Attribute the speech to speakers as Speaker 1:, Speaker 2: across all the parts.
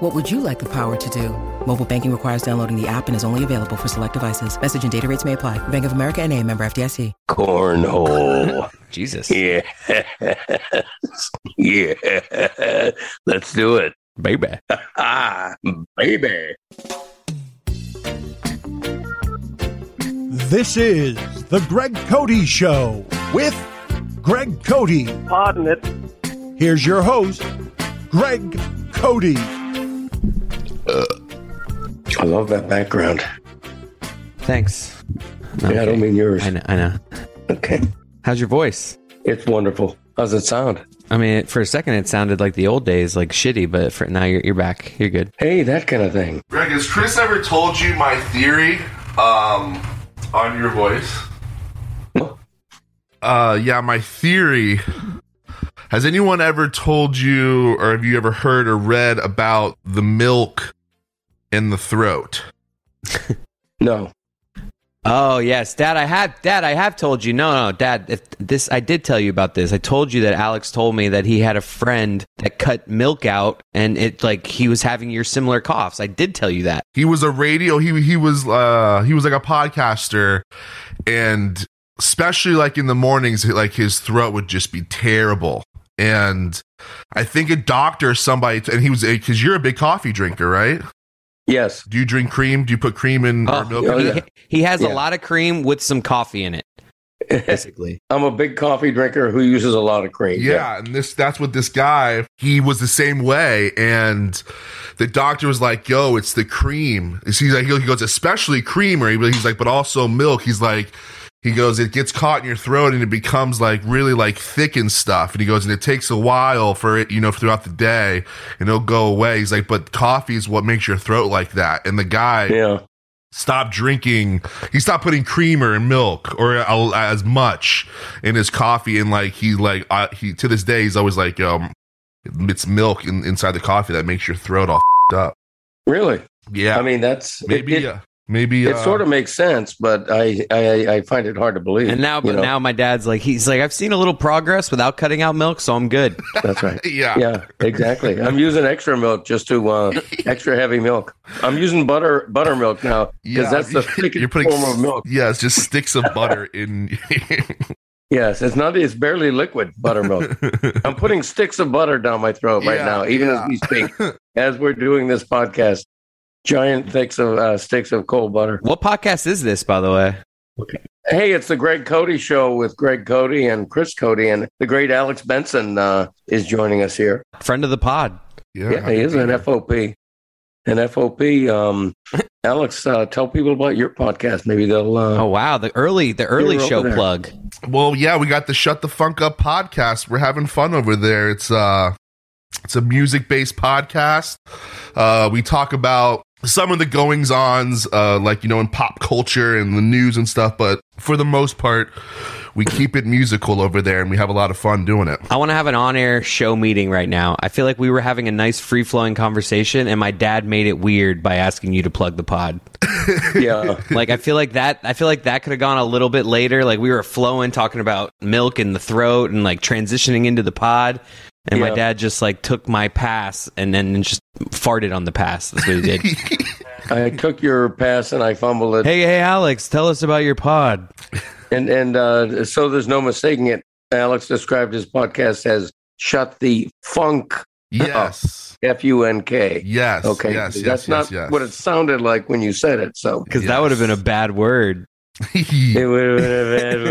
Speaker 1: What would you like the power to do? Mobile banking requires downloading the app and is only available for select devices. Message and data rates may apply. Bank of America and a member FDIC.
Speaker 2: Cornhole.
Speaker 3: Jesus.
Speaker 2: yeah. yeah. Let's do it.
Speaker 3: Baby.
Speaker 2: Ah, baby.
Speaker 4: This is The Greg Cody Show with Greg Cody.
Speaker 5: Pardon it.
Speaker 4: Here's your host, Greg Cody.
Speaker 2: I love that background.
Speaker 3: Thanks.
Speaker 2: Yeah, I
Speaker 3: Okay.
Speaker 2: don't mean yours.
Speaker 3: I know, I know.
Speaker 2: Okay.
Speaker 3: How's your voice?
Speaker 2: It's wonderful. How's it sound?
Speaker 3: I mean, it- for a second, it sounded like the old days, like shitty, but for now, you're, you're back. You're good.
Speaker 2: Hey, that kind of thing.
Speaker 6: Greg, has Chris ever told you my theory um, on your voice? Uh, yeah, my theory. Has anyone ever told you, or have you ever heard or read about the milk in the throat?
Speaker 2: No.
Speaker 3: Oh yes, Dad. I have, Dad. I have told you. No, no, Dad. If this, I did tell you about this. I told you that Alex told me that he had a friend that cut milk out, and it like he was having your similar coughs. I did tell you that.
Speaker 6: He was a radio. He he was uh he was like a podcaster, and especially like in the mornings, like his throat would just be terrible. And I think a doctor, or somebody, and he was because you're a big coffee drinker, right?
Speaker 2: Yes.
Speaker 6: Do you drink cream? Do you put cream in
Speaker 3: Oh,
Speaker 6: or milk?
Speaker 3: he,
Speaker 2: Oh,
Speaker 6: in it?
Speaker 2: yeah.
Speaker 3: he has
Speaker 2: Yeah.
Speaker 3: a lot of cream with some coffee in it, basically.
Speaker 2: I'm a big coffee drinker who uses a lot of cream.
Speaker 6: Yeah, and this that's what this guy he was the same way, and the doctor was like, "Yo, it's the cream." He's like, he goes, especially cream, or he- he's like, but also milk. He's like, he goes, it gets caught in your throat and it becomes like really like thick and stuff. And he goes, and it takes a while for it, you know, throughout the day, and it'll go away. He's like, but coffee is what makes your throat like that. And the guy,
Speaker 2: Yeah.
Speaker 6: Stop drinking. He stopped putting creamer and milk or a- as much in his coffee, and like he like uh, he to this day he's always like um, it's milk in, inside the coffee that makes your throat all fed up.
Speaker 2: Really?
Speaker 6: Yeah,
Speaker 2: I mean, that's it-
Speaker 6: maybe
Speaker 2: It,
Speaker 6: uh, maybe
Speaker 2: it sort of makes sense, but I, I I find it hard to believe.
Speaker 3: And now,
Speaker 2: you
Speaker 3: but
Speaker 2: know?
Speaker 3: now my dad's like, he's like, I've seen a little progress without cutting out milk, so I'm good.
Speaker 2: that's right.
Speaker 6: yeah.
Speaker 2: Yeah, exactly. I'm using extra milk just to uh, extra heavy milk. I'm using butter buttermilk now because
Speaker 6: Yeah,
Speaker 2: that's the
Speaker 6: you're
Speaker 2: thickest
Speaker 6: putting
Speaker 2: form
Speaker 6: s-
Speaker 2: of milk.
Speaker 6: Yeah, it's just sticks of butter in.
Speaker 2: Yes, it's not. It's barely liquid buttermilk. I'm putting sticks of butter down my throat right
Speaker 6: Yeah,
Speaker 2: now, even
Speaker 6: yeah.
Speaker 2: as we speak, as we're doing this podcast. Giant sticks of uh, sticks of cold butter.
Speaker 3: What podcast is this, by the way?
Speaker 2: Hey, it's the Greg Cody Show with Greg Cody and Chris Cody, and the great Alex Benson uh, is joining us here.
Speaker 3: Friend of the pod.
Speaker 6: yeah,
Speaker 2: Yeah, he is an FOP. An FOP. Um, Alex, uh, tell people about your podcast. Maybe they'll. Uh,
Speaker 3: Oh wow, the early, the early
Speaker 2: You're over
Speaker 3: show
Speaker 2: there.
Speaker 3: plug.
Speaker 6: Well, yeah, we got the Shut the Funk Up podcast. We're having fun over there. It's uh it's a music based podcast. Uh we talk about some of the goings ons, uh like you know, in pop culture and the news and stuff, but for the most part, we keep it musical over there and we have a lot of fun doing it.
Speaker 3: I want to have an on-air show meeting right now. I feel like we were having a nice free-flowing conversation and my dad made it weird by asking you to plug the pod.
Speaker 6: Oh.
Speaker 2: yeah.
Speaker 3: Like I feel like that I feel like that could have gone a little bit later. Like we were flowing talking about milk in the throat and like transitioning into the pod and my
Speaker 2: Yeah.
Speaker 3: dad just like took my pass and then just farted on the pass. That's what he did.
Speaker 2: I took your pass and I fumbled it,
Speaker 3: hey, hey Alex, tell us about your pod.
Speaker 2: and and uh, so there's no mistaking it. Alex described his podcast as "Shut the Funk"
Speaker 6: Yes.
Speaker 2: F U N K.
Speaker 6: Yes.
Speaker 2: Okay,
Speaker 6: Yes. yes,
Speaker 2: that's
Speaker 6: yes,
Speaker 2: not
Speaker 6: yes.
Speaker 2: what it sounded like when you said it. So
Speaker 3: Cuz that would have been a bad word.
Speaker 2: it would have been a bad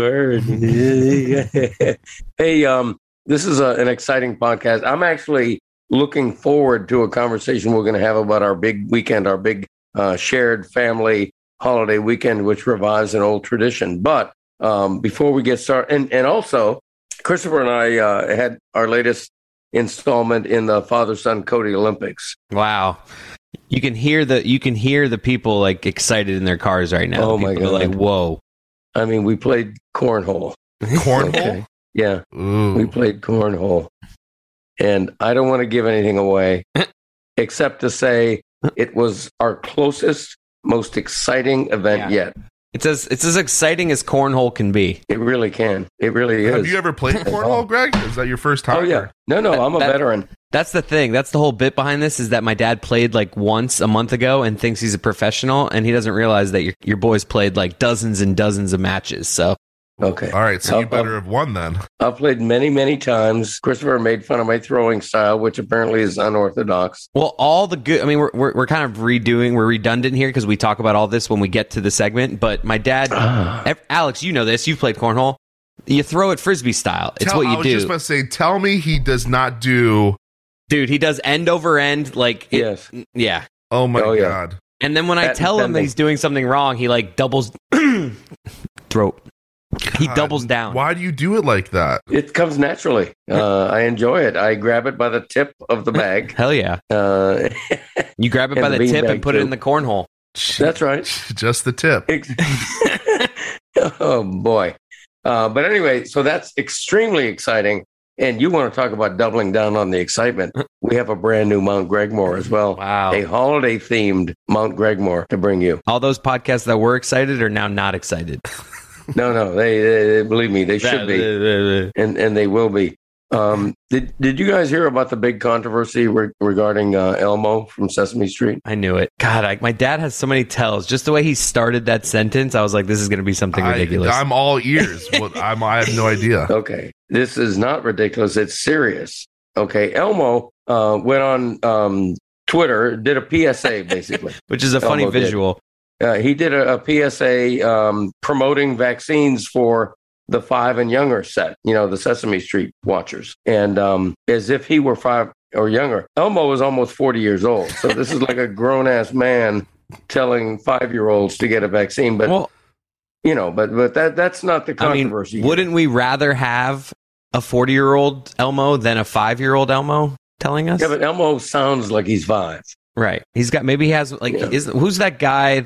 Speaker 2: word. hey, um, this is a, an exciting podcast. I'm actually looking forward to a conversation we're going to have about our big weekend, our big uh, shared family holiday weekend, which revives an old tradition. But um, before we get started, and, and also, Christopher and I uh, had our latest installment in the father son Cody Olympics.
Speaker 3: Wow. You can hear the you can hear the people like excited in their cars right now.
Speaker 2: Oh,
Speaker 3: The
Speaker 2: my
Speaker 3: people are
Speaker 2: God.
Speaker 3: Like whoa.
Speaker 2: I mean, we played cornhole.
Speaker 6: Cornhole.
Speaker 2: Okay. Yeah,
Speaker 6: Ooh.
Speaker 2: we played cornhole. And I don't want to give anything away except to say it was our closest, most exciting event yet.
Speaker 3: It's as it's as exciting as cornhole can be.
Speaker 2: It really can. It really is.
Speaker 6: Have you ever played cornhole, Greg? Is that your first time?
Speaker 2: oh, yeah.
Speaker 6: or-
Speaker 2: No, no, I'm a
Speaker 3: That-
Speaker 2: veteran.
Speaker 3: That's the thing. That's the whole bit behind this is that my dad played like once a month ago and thinks he's a professional, and he doesn't realize that your your boys played like dozens and dozens of matches. So
Speaker 2: Okay.
Speaker 6: All right, so you
Speaker 2: I'll-
Speaker 6: better have won then.
Speaker 2: I've played many, many times. Christopher made fun of my throwing style, which apparently is unorthodox.
Speaker 3: Well, all the good. I mean, we're we're, we're kind of redoing. We're redundant here because we talk about all this when we get to the segment. But my dad, Ev- Alex, you know this. You've played cornhole. You throw it frisbee style. It's
Speaker 6: Tell-
Speaker 3: what
Speaker 6: I
Speaker 3: you
Speaker 6: was
Speaker 3: do,
Speaker 6: just about to say, tell me he does not do.
Speaker 3: dude. He does end over end. Like, it-
Speaker 2: Yes.
Speaker 3: yeah.
Speaker 6: Oh my
Speaker 2: Oh, yeah.
Speaker 6: god!
Speaker 3: And then when I
Speaker 2: That
Speaker 3: tell him
Speaker 2: depending.
Speaker 3: he's doing something wrong, he like doubles throat. He
Speaker 6: God,
Speaker 3: doubles down.
Speaker 6: Why do you do it like that?
Speaker 2: It comes naturally. Uh, I enjoy it. I grab it by the tip of the bag.
Speaker 3: Hell yeah!
Speaker 2: Uh,
Speaker 3: You grab it
Speaker 2: And
Speaker 3: by the
Speaker 2: the
Speaker 3: tip
Speaker 2: beanbag,
Speaker 3: and put it
Speaker 2: too.
Speaker 3: in the cornhole.
Speaker 2: that's right.
Speaker 6: Just the tip.
Speaker 2: Ex- oh boy. Uh, but anyway, so that's extremely exciting. And you want to talk about doubling down on the excitement. We have a brand new Mount Gregmore as well.
Speaker 3: Wow.
Speaker 2: A holiday themed Mount Gregmore to bring you.
Speaker 3: All those podcasts that were excited are now not excited.
Speaker 2: No, no, they, they believe me, they should be. and and they will be. Um, did did you guys hear about the big controversy re- regarding uh, Elmo from Sesame Street?
Speaker 3: I knew it. God, I, my dad has so many tells. Just the way he started that sentence, I was like, this is going to be something
Speaker 6: I,
Speaker 3: ridiculous.
Speaker 6: I'm all ears. what, I'm, I have no idea.
Speaker 2: Okay, this is not ridiculous. It's serious. Okay, Elmo uh, went on um, Twitter, did a PSA basically.
Speaker 3: which is a funny
Speaker 2: Elmo did.
Speaker 3: visual.
Speaker 2: uh, he did a, a PSA um, promoting vaccines for the five and younger set, you know, the Sesame Street watchers, and um, as if he were five or younger. Elmo is almost 40 years old. So this is like a grown ass man telling five year olds to get a vaccine. But,
Speaker 3: well,
Speaker 2: you know, but, but that that's not the
Speaker 3: I mean,
Speaker 2: controversy.
Speaker 3: wouldn't we rather have a 40 year old Elmo than a five year old Elmo telling us?
Speaker 2: yeah, but Elmo sounds like he's five.
Speaker 3: right. He's got, maybe he has, like,
Speaker 2: Yeah.
Speaker 3: is, who's that guy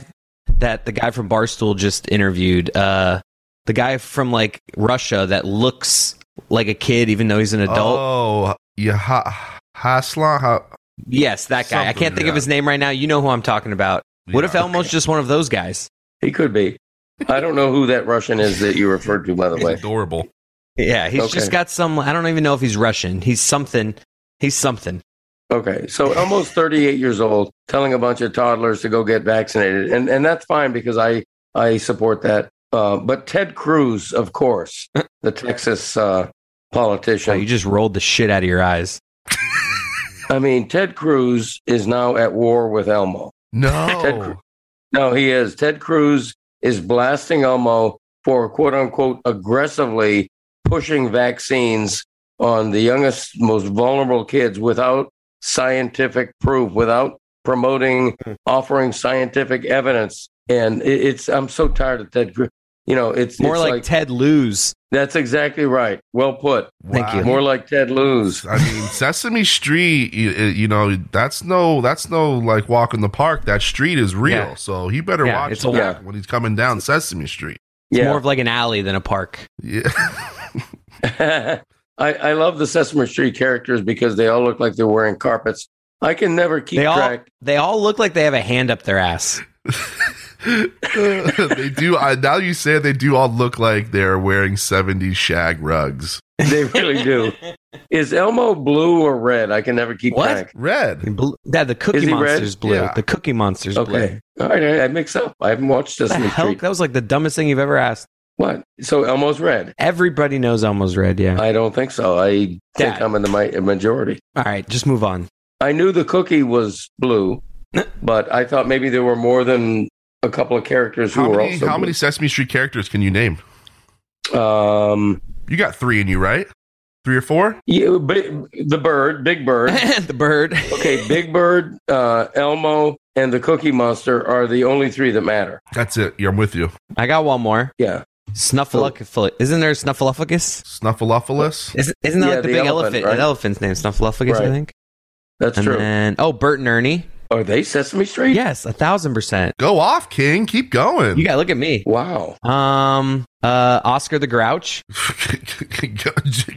Speaker 3: that the guy from Barstool just interviewed? Uh, the guy from, like, Russia that looks like a kid, even though he's an adult.
Speaker 6: Oh, yeah, ha, Hasla. Ha,
Speaker 3: yes, that guy. I
Speaker 6: something,
Speaker 3: can't think of
Speaker 6: yeah.
Speaker 3: his name right now. You know who I'm talking about. What if
Speaker 6: yeah.
Speaker 3: Elmo's just one of those guys?
Speaker 2: He could be. I don't know who that Russian is that you referred to, by the
Speaker 6: He's
Speaker 2: way.
Speaker 6: adorable.
Speaker 3: Yeah, he's
Speaker 2: Okay.
Speaker 3: just got some. I don't even know if he's Russian. He's something. He's something.
Speaker 2: Okay, so almost 38 years old, telling a bunch of toddlers to go get vaccinated, and and that's fine because I I support that. Uh, but Ted Cruz, of course, the Texas uh,
Speaker 3: Wow, you
Speaker 2: politician.
Speaker 3: just rolled the shit out of your eyes.
Speaker 2: I mean, Ted Cruz is now at war with Elmo. Ted Cruz.
Speaker 6: No.
Speaker 2: Oh. No, he is. Ted Cruz is blasting Elmo for quote unquote aggressively pushing vaccines on the youngest, most vulnerable kids without scientific proof, without promoting,
Speaker 3: Hmm.
Speaker 2: offering scientific evidence. And it, it's, I'm so tired of Ted Cruz. You know, it's
Speaker 3: More
Speaker 2: it's
Speaker 3: like, Ted Lose.
Speaker 2: that's exactly right. Well put.
Speaker 3: Thank you.
Speaker 2: More like Ted Luz.
Speaker 6: I mean, Sesame Street. You, you know, that's no, that's no like walk in the park. That street is real.
Speaker 3: Yeah.
Speaker 6: So he better
Speaker 3: Yeah,
Speaker 6: watch
Speaker 3: it's
Speaker 6: that
Speaker 3: a-
Speaker 2: Yeah.
Speaker 6: when he's coming down Sesame Street.
Speaker 3: It's
Speaker 2: Yeah.
Speaker 3: more of like an alley than a park.
Speaker 6: Yeah.
Speaker 2: I, I love the Sesame Street characters because they all look like they're wearing carpets. I can never keep
Speaker 3: they all
Speaker 2: track.
Speaker 3: they all look like they have a hand up their ass.
Speaker 6: they do. I, now you say it, they do all look like they're wearing 70s shag rugs.
Speaker 2: They really do. Is Elmo blue or red? I can never keep
Speaker 3: What?
Speaker 2: track.
Speaker 6: Red.
Speaker 3: Bl- Dad, the Cookie
Speaker 2: Is he red?
Speaker 3: Monster's blue.
Speaker 6: Yeah.
Speaker 3: The Cookie Monster's blue.
Speaker 2: Okay. All right. I, I mix up. I haven't watched
Speaker 3: What the
Speaker 2: Sesame
Speaker 3: hell?
Speaker 2: Street.
Speaker 3: That was like the dumbest thing you've ever asked.
Speaker 2: What? So Elmo's red?
Speaker 3: Everybody knows Elmo's red. Yeah.
Speaker 2: I don't think so. I think
Speaker 3: Dad.
Speaker 2: I'm in the mi- majority.
Speaker 3: all right, just move on.
Speaker 2: I knew the cookie was blue, but I thought maybe there were more than a couple of characters who
Speaker 6: How
Speaker 2: were
Speaker 6: many,
Speaker 2: also.
Speaker 6: how many
Speaker 2: blue.
Speaker 6: Sesame Street characters can you name?
Speaker 2: Um,
Speaker 6: You got three in you, right? Three or four?
Speaker 2: yeah, bi- the bird, Big Bird.
Speaker 3: the bird.
Speaker 2: Okay, Big Bird, uh, Elmo, and the Cookie Monster are the only three that matter.
Speaker 6: That's it. Yeah, I'm with you.
Speaker 3: I got one more.
Speaker 2: Yeah.
Speaker 3: Snuffleupagus. Isn't there Snuffleupagus?
Speaker 6: Snuffleupagus.
Speaker 3: Isn't, isn't that
Speaker 2: Yeah,
Speaker 3: like the,
Speaker 2: the
Speaker 3: big
Speaker 2: elephant,
Speaker 3: elephant?
Speaker 2: right?
Speaker 3: An elephant's name, Snuffleupagus, I
Speaker 2: Right.
Speaker 3: think.
Speaker 2: That's
Speaker 3: and
Speaker 2: true.
Speaker 3: then oh, Bert and Ernie.
Speaker 2: Are they Sesame Street?
Speaker 3: Yes, a thousand percent.
Speaker 6: Go off, King. Keep going.
Speaker 3: You gotta look at me.
Speaker 2: Wow.
Speaker 3: Um, uh, Oscar the Grouch.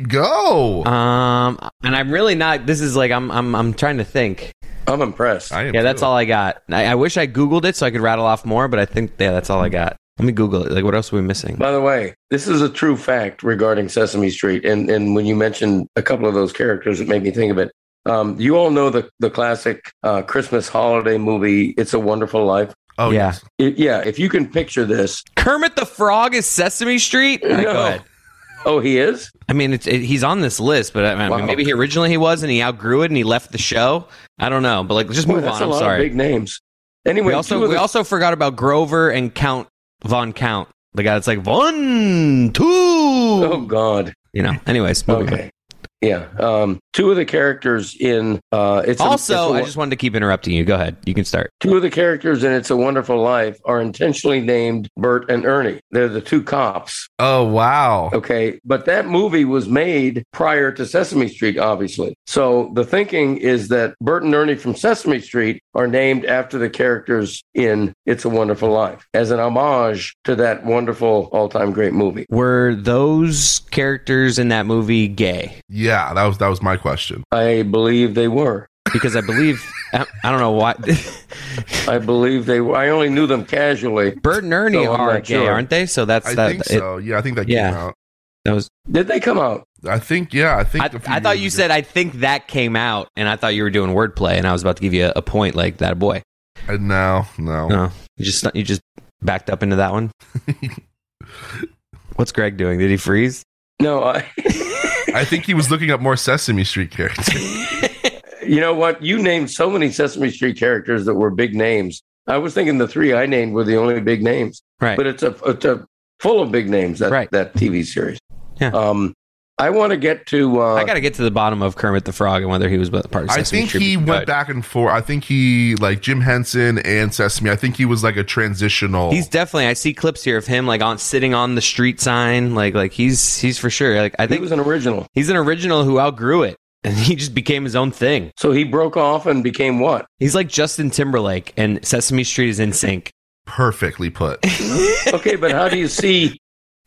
Speaker 6: go.
Speaker 3: Um, and I'm really not. This is like I'm I'm I'm trying to think.
Speaker 2: I'm impressed.
Speaker 6: I am
Speaker 3: Yeah, that's
Speaker 6: too.
Speaker 3: all I got. I, I wish I googled it so I could rattle off more, but I think yeah, that's all I got. Let me Google it. Like, what else are we missing?
Speaker 2: By the way, this is a true fact regarding Sesame Street. And and when you mentioned a couple of those characters, it made me think of it. Um, you all know the the classic uh, Christmas holiday movie, It's a Wonderful Life.
Speaker 6: Oh
Speaker 3: Yeah.
Speaker 6: yes.
Speaker 2: It- yeah, if you can picture this.
Speaker 3: Kermit the Frog is Sesame Street. All right,
Speaker 2: No.
Speaker 3: go ahead.
Speaker 2: Oh, he is?
Speaker 3: I mean, it's, it, he's on this list, but I mean,
Speaker 2: Wow.
Speaker 3: maybe he originally he was, and he outgrew it, and he left the show. I don't know, but like, just
Speaker 2: Boy,
Speaker 3: move
Speaker 2: that's
Speaker 3: on.
Speaker 2: a
Speaker 3: I'm
Speaker 2: lot
Speaker 3: sorry.
Speaker 2: of big names. Anyway,
Speaker 3: we also
Speaker 2: two of
Speaker 3: we
Speaker 2: the-
Speaker 3: also forgot about Grover and Count Von Count, the guy that's like one two.
Speaker 2: Oh God.
Speaker 3: You know. Anyways, moving on.
Speaker 2: Okay. Yeah. Um, two of the characters in uh, it's a- it's
Speaker 3: also,
Speaker 2: a-
Speaker 3: I just wanted to keep interrupting you. Go ahead. You can start.
Speaker 2: Two of the characters in It's a Wonderful Life are intentionally named Bert and Ernie. They're the two cops.
Speaker 6: Oh wow.
Speaker 2: Okay. But that movie was made prior to Sesame Street, obviously. So the thinking is that Bert and Ernie from Sesame Street are named after the characters in It's a Wonderful Life as an homage to that wonderful, all time great movie.
Speaker 3: Were those characters in that movie gay?
Speaker 6: Yeah, that was that was my question.
Speaker 2: I believe they were.
Speaker 3: Because I believe I, I don't know why.
Speaker 2: I believe they were. I only knew them casually.
Speaker 3: Bert and Ernie
Speaker 2: So I'm
Speaker 3: are
Speaker 2: not
Speaker 3: gay,
Speaker 2: sure.
Speaker 3: aren't they? So that's
Speaker 6: I
Speaker 3: that.
Speaker 6: think
Speaker 3: it-
Speaker 6: so. Yeah, I think that came
Speaker 3: Yeah.
Speaker 6: out.
Speaker 3: that was.
Speaker 2: Did they come out?
Speaker 6: I think yeah, I think
Speaker 3: I,
Speaker 6: a few
Speaker 3: I thought
Speaker 6: years
Speaker 3: you
Speaker 6: ago.
Speaker 3: said I think that came out, and I thought you were doing wordplay, and I was about to give you a, a point like that. Boy,
Speaker 6: Uh, no, no.
Speaker 3: no, you just you just backed up into that one. What's Greg doing? Did he freeze?
Speaker 2: No, I.
Speaker 6: I think he was looking up more Sesame Street characters.
Speaker 2: You know what? You named so many Sesame Street characters that were big names. I was thinking the three I named were the only big names,
Speaker 3: Right.
Speaker 2: but it's a it's a full of big names that
Speaker 3: Right.
Speaker 2: that TV series.
Speaker 3: Yeah.
Speaker 2: Um, I want to get to. Uh,
Speaker 3: I got to get to the bottom of Kermit the Frog and whether he was part of Sesame
Speaker 6: I think
Speaker 3: Street.
Speaker 6: he
Speaker 3: Go
Speaker 6: went
Speaker 3: ahead.
Speaker 6: back and forth. I think he like Jim Henson and Sesame. I think he was like a transitional.
Speaker 3: He's definitely. I see clips here of him like on sitting on the street sign, like like he's he's for sure. Like I
Speaker 2: he
Speaker 3: think
Speaker 2: was an original,
Speaker 3: he's an original who outgrew it, and he just became his own thing.
Speaker 2: so he broke off and became what?
Speaker 3: He's like Justin Timberlake, and Sesame Street is in sync.
Speaker 6: perfectly put.
Speaker 2: Okay, but how do you see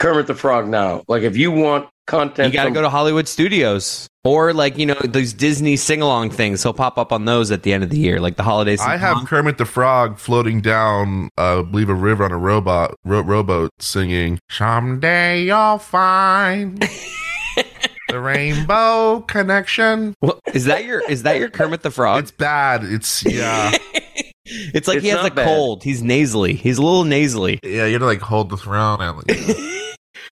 Speaker 2: Kermit the Frog now? Like, if you want content,
Speaker 3: you got to
Speaker 2: from-
Speaker 3: go to Hollywood Studios or like you know those Disney sing along things. He'll pop up on those at the end of the year, like the holiday.
Speaker 6: I
Speaker 3: sing-along.
Speaker 6: have Kermit the Frog floating down, uh, I believe, a river on a robot ro- rowboat, singing "Someday you'll find the Rainbow Connection."
Speaker 3: Well, is that your is that your Kermit the Frog?
Speaker 6: It's bad. It's yeah,
Speaker 3: It's like he
Speaker 2: It's
Speaker 3: has a
Speaker 2: not bad.
Speaker 3: cold. He's nasally. He's a little nasally.
Speaker 6: yeah. You are to like hold the throne. And,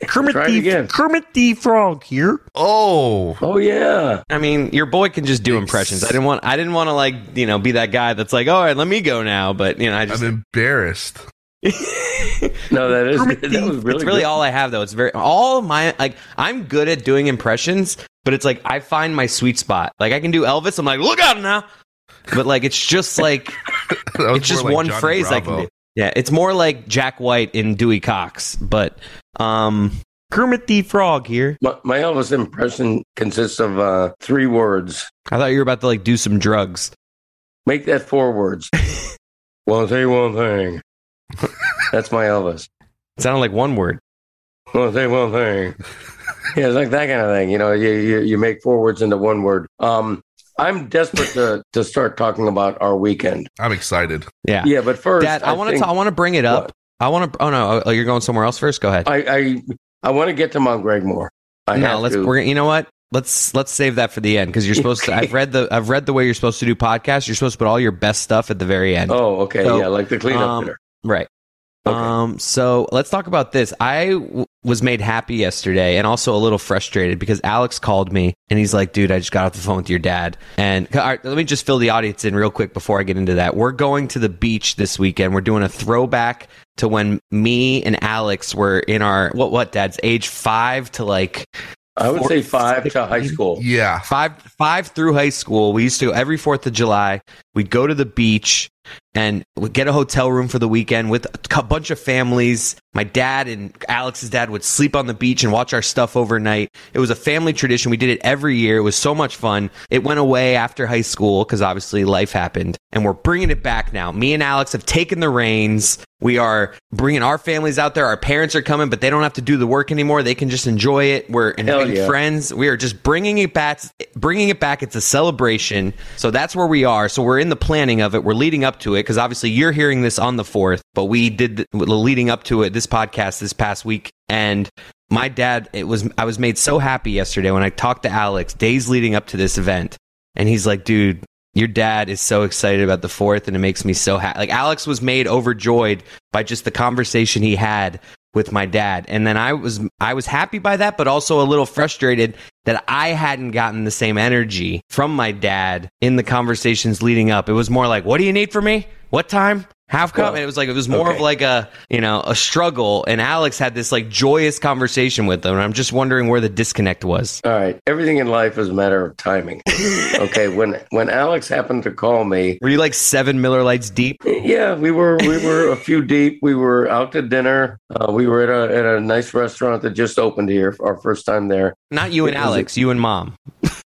Speaker 6: like,
Speaker 3: Kermit
Speaker 2: Try it the- again.
Speaker 3: Kermit the Frog here.
Speaker 6: oh,
Speaker 2: Oh yeah,
Speaker 3: I mean, your boy can just do impressions. I didn't want I didn't want to like, you know, be that guy that's like, "All right, let me go now." But, you know, I just
Speaker 6: I'm embarrassed.
Speaker 2: no, that is
Speaker 3: Kermit
Speaker 2: that
Speaker 3: the-
Speaker 2: was really
Speaker 3: it's really
Speaker 2: good.
Speaker 3: all I have though. It's very all my like I'm good at doing impressions, but it's like I find my sweet spot. Like I can do Elvis. I'm like, look out now. But like it's just like
Speaker 6: That was
Speaker 3: it's
Speaker 6: more
Speaker 3: just
Speaker 6: like
Speaker 3: one
Speaker 6: Johnny
Speaker 3: phrase I
Speaker 6: Bravo.
Speaker 3: can do. Yeah, it's more like Jack White in Dewey Cox, but um Kermit the Frog here.
Speaker 2: My, my Elvis impression consists of uh, three words.
Speaker 3: I thought you were about to like do some drugs.
Speaker 2: Make that four words. Wanna say one thing. That's my Elvis.
Speaker 3: It sounded like one word.
Speaker 2: Wanna say one thing. Yeah, it's like that kind of thing. You know, you, you, you make four words into one word. Um, I'm desperate to, to start talking about our weekend.
Speaker 6: I'm excited.
Speaker 3: Yeah.
Speaker 2: Yeah, but first,
Speaker 3: Dad, I want
Speaker 2: think-
Speaker 3: to I want to bring it up. I want to Oh no, oh, you're going somewhere else first. Go ahead.
Speaker 2: I I, I want to get to Mount Gregmore. I
Speaker 3: no,
Speaker 2: have
Speaker 3: let's.
Speaker 2: to.
Speaker 3: We're, you know what? Let's let's save that for the end because you're supposed to. I've read the I've read the way you're supposed to do podcasts. You're supposed to put all your best stuff at the very end.
Speaker 2: oh, okay.
Speaker 3: So,
Speaker 2: yeah, like the cleanup
Speaker 3: um,
Speaker 2: hitter.
Speaker 3: Right.
Speaker 2: Okay.
Speaker 3: Um. So let's talk about this. I w- was made happy yesterday and also a little frustrated because Alex called me and he's like, "Dude, I just got off the phone with your dad." And all right, let me just fill the audience in real quick before I get into that. We're going to the beach this weekend. We're doing a throwback to when me and Alex were in our what what dad's age five to like
Speaker 2: I would
Speaker 3: four-
Speaker 2: say five to high school.
Speaker 6: Yeah,
Speaker 3: five five through high school we used to go every fourth of july we'd go to the beach and would get a hotel room for the weekend with a cou- bunch of families. My dad and Alex's dad would sleep on the beach and watch our stuff overnight. It was a family tradition. We did it every year. It was so much fun. It went away after high school because obviously life happened, and we're bringing it back now. Me and Alex have taken the reins. We are bringing our families out there. Our parents are coming, but they don't have to do the work anymore. They can just enjoy it. We're inviting
Speaker 2: yeah.
Speaker 3: friends. We are just bringing it back. Bringing it back. It's a celebration. So that's where we are. So we're in the planning of it. We're leading up to it because obviously you're hearing this on the fourth, but we did the, the leading up to it. This podcast this past week, and my dad. It was I was made so happy yesterday when I talked to Alex days leading up to this event, and he's like, "Dude, your dad is so excited about the fourth and it makes me so happy like alex was made overjoyed by just the conversation he had with my dad and then i was i was happy by that but also a little frustrated that i hadn't gotten the same energy from my dad in the conversations leading up it was more like what do you need from me what time how come
Speaker 2: Well,
Speaker 3: and it was like it was more of
Speaker 2: okay.
Speaker 3: like a you know a struggle and alex had this like joyous conversation with him and i'm just wondering where the disconnect was
Speaker 2: All right. Everything in life is a matter of timing. okay. When when Alex happened to call me,
Speaker 3: were you like seven miller lights deep
Speaker 2: yeah, we were we were a few deep. We were out to dinner. Uh, we were at a at a nice restaurant that just opened here. Our first time there.
Speaker 3: not you and
Speaker 2: It was a-
Speaker 3: alex you and mom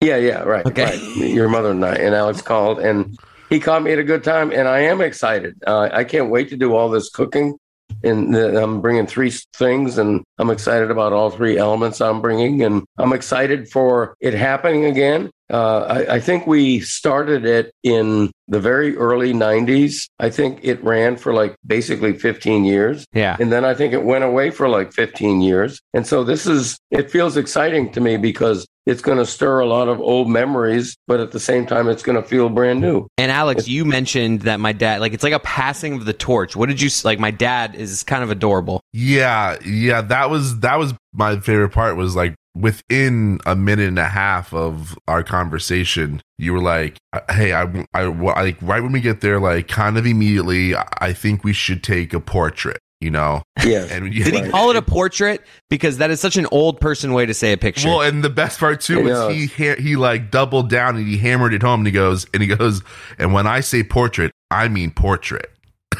Speaker 2: Yeah, yeah, right.
Speaker 3: Okay.
Speaker 2: right. Your mother and I and Alex called and he caught me at a good time and I am excited. Uh, I can't wait to do all this cooking and the, I'm bringing three things and I'm excited about all three elements I'm bringing and I'm excited for it happening again. Uh, I, I think we started it in the very early 90s. I think it ran for like basically 15 years.
Speaker 3: yeah
Speaker 2: And then I think it went away for like 15 years. And so this is, it feels exciting to me because it's going to stir a lot of old memories, but at the same time, it's going to feel brand new.
Speaker 3: And Alex, you mentioned that my dad, like, it's like a passing of the torch. What did you s- like? My dad is kind of adorable.
Speaker 6: Yeah, yeah, that was that was my favorite part was like within a minute and a half of our conversation, you were like, "Hey, I, I, I like right when we get there, like kind of immediately, I I think we should take a portrait." You know,
Speaker 2: Yes.
Speaker 6: and you
Speaker 3: Did he call it a portrait? Because that is such an old person way to say a picture.
Speaker 6: Well, and the best part too
Speaker 2: It
Speaker 6: was he ha- he like doubled down and he hammered it home. And he goes and he goes, and when I say portrait, I mean portrait.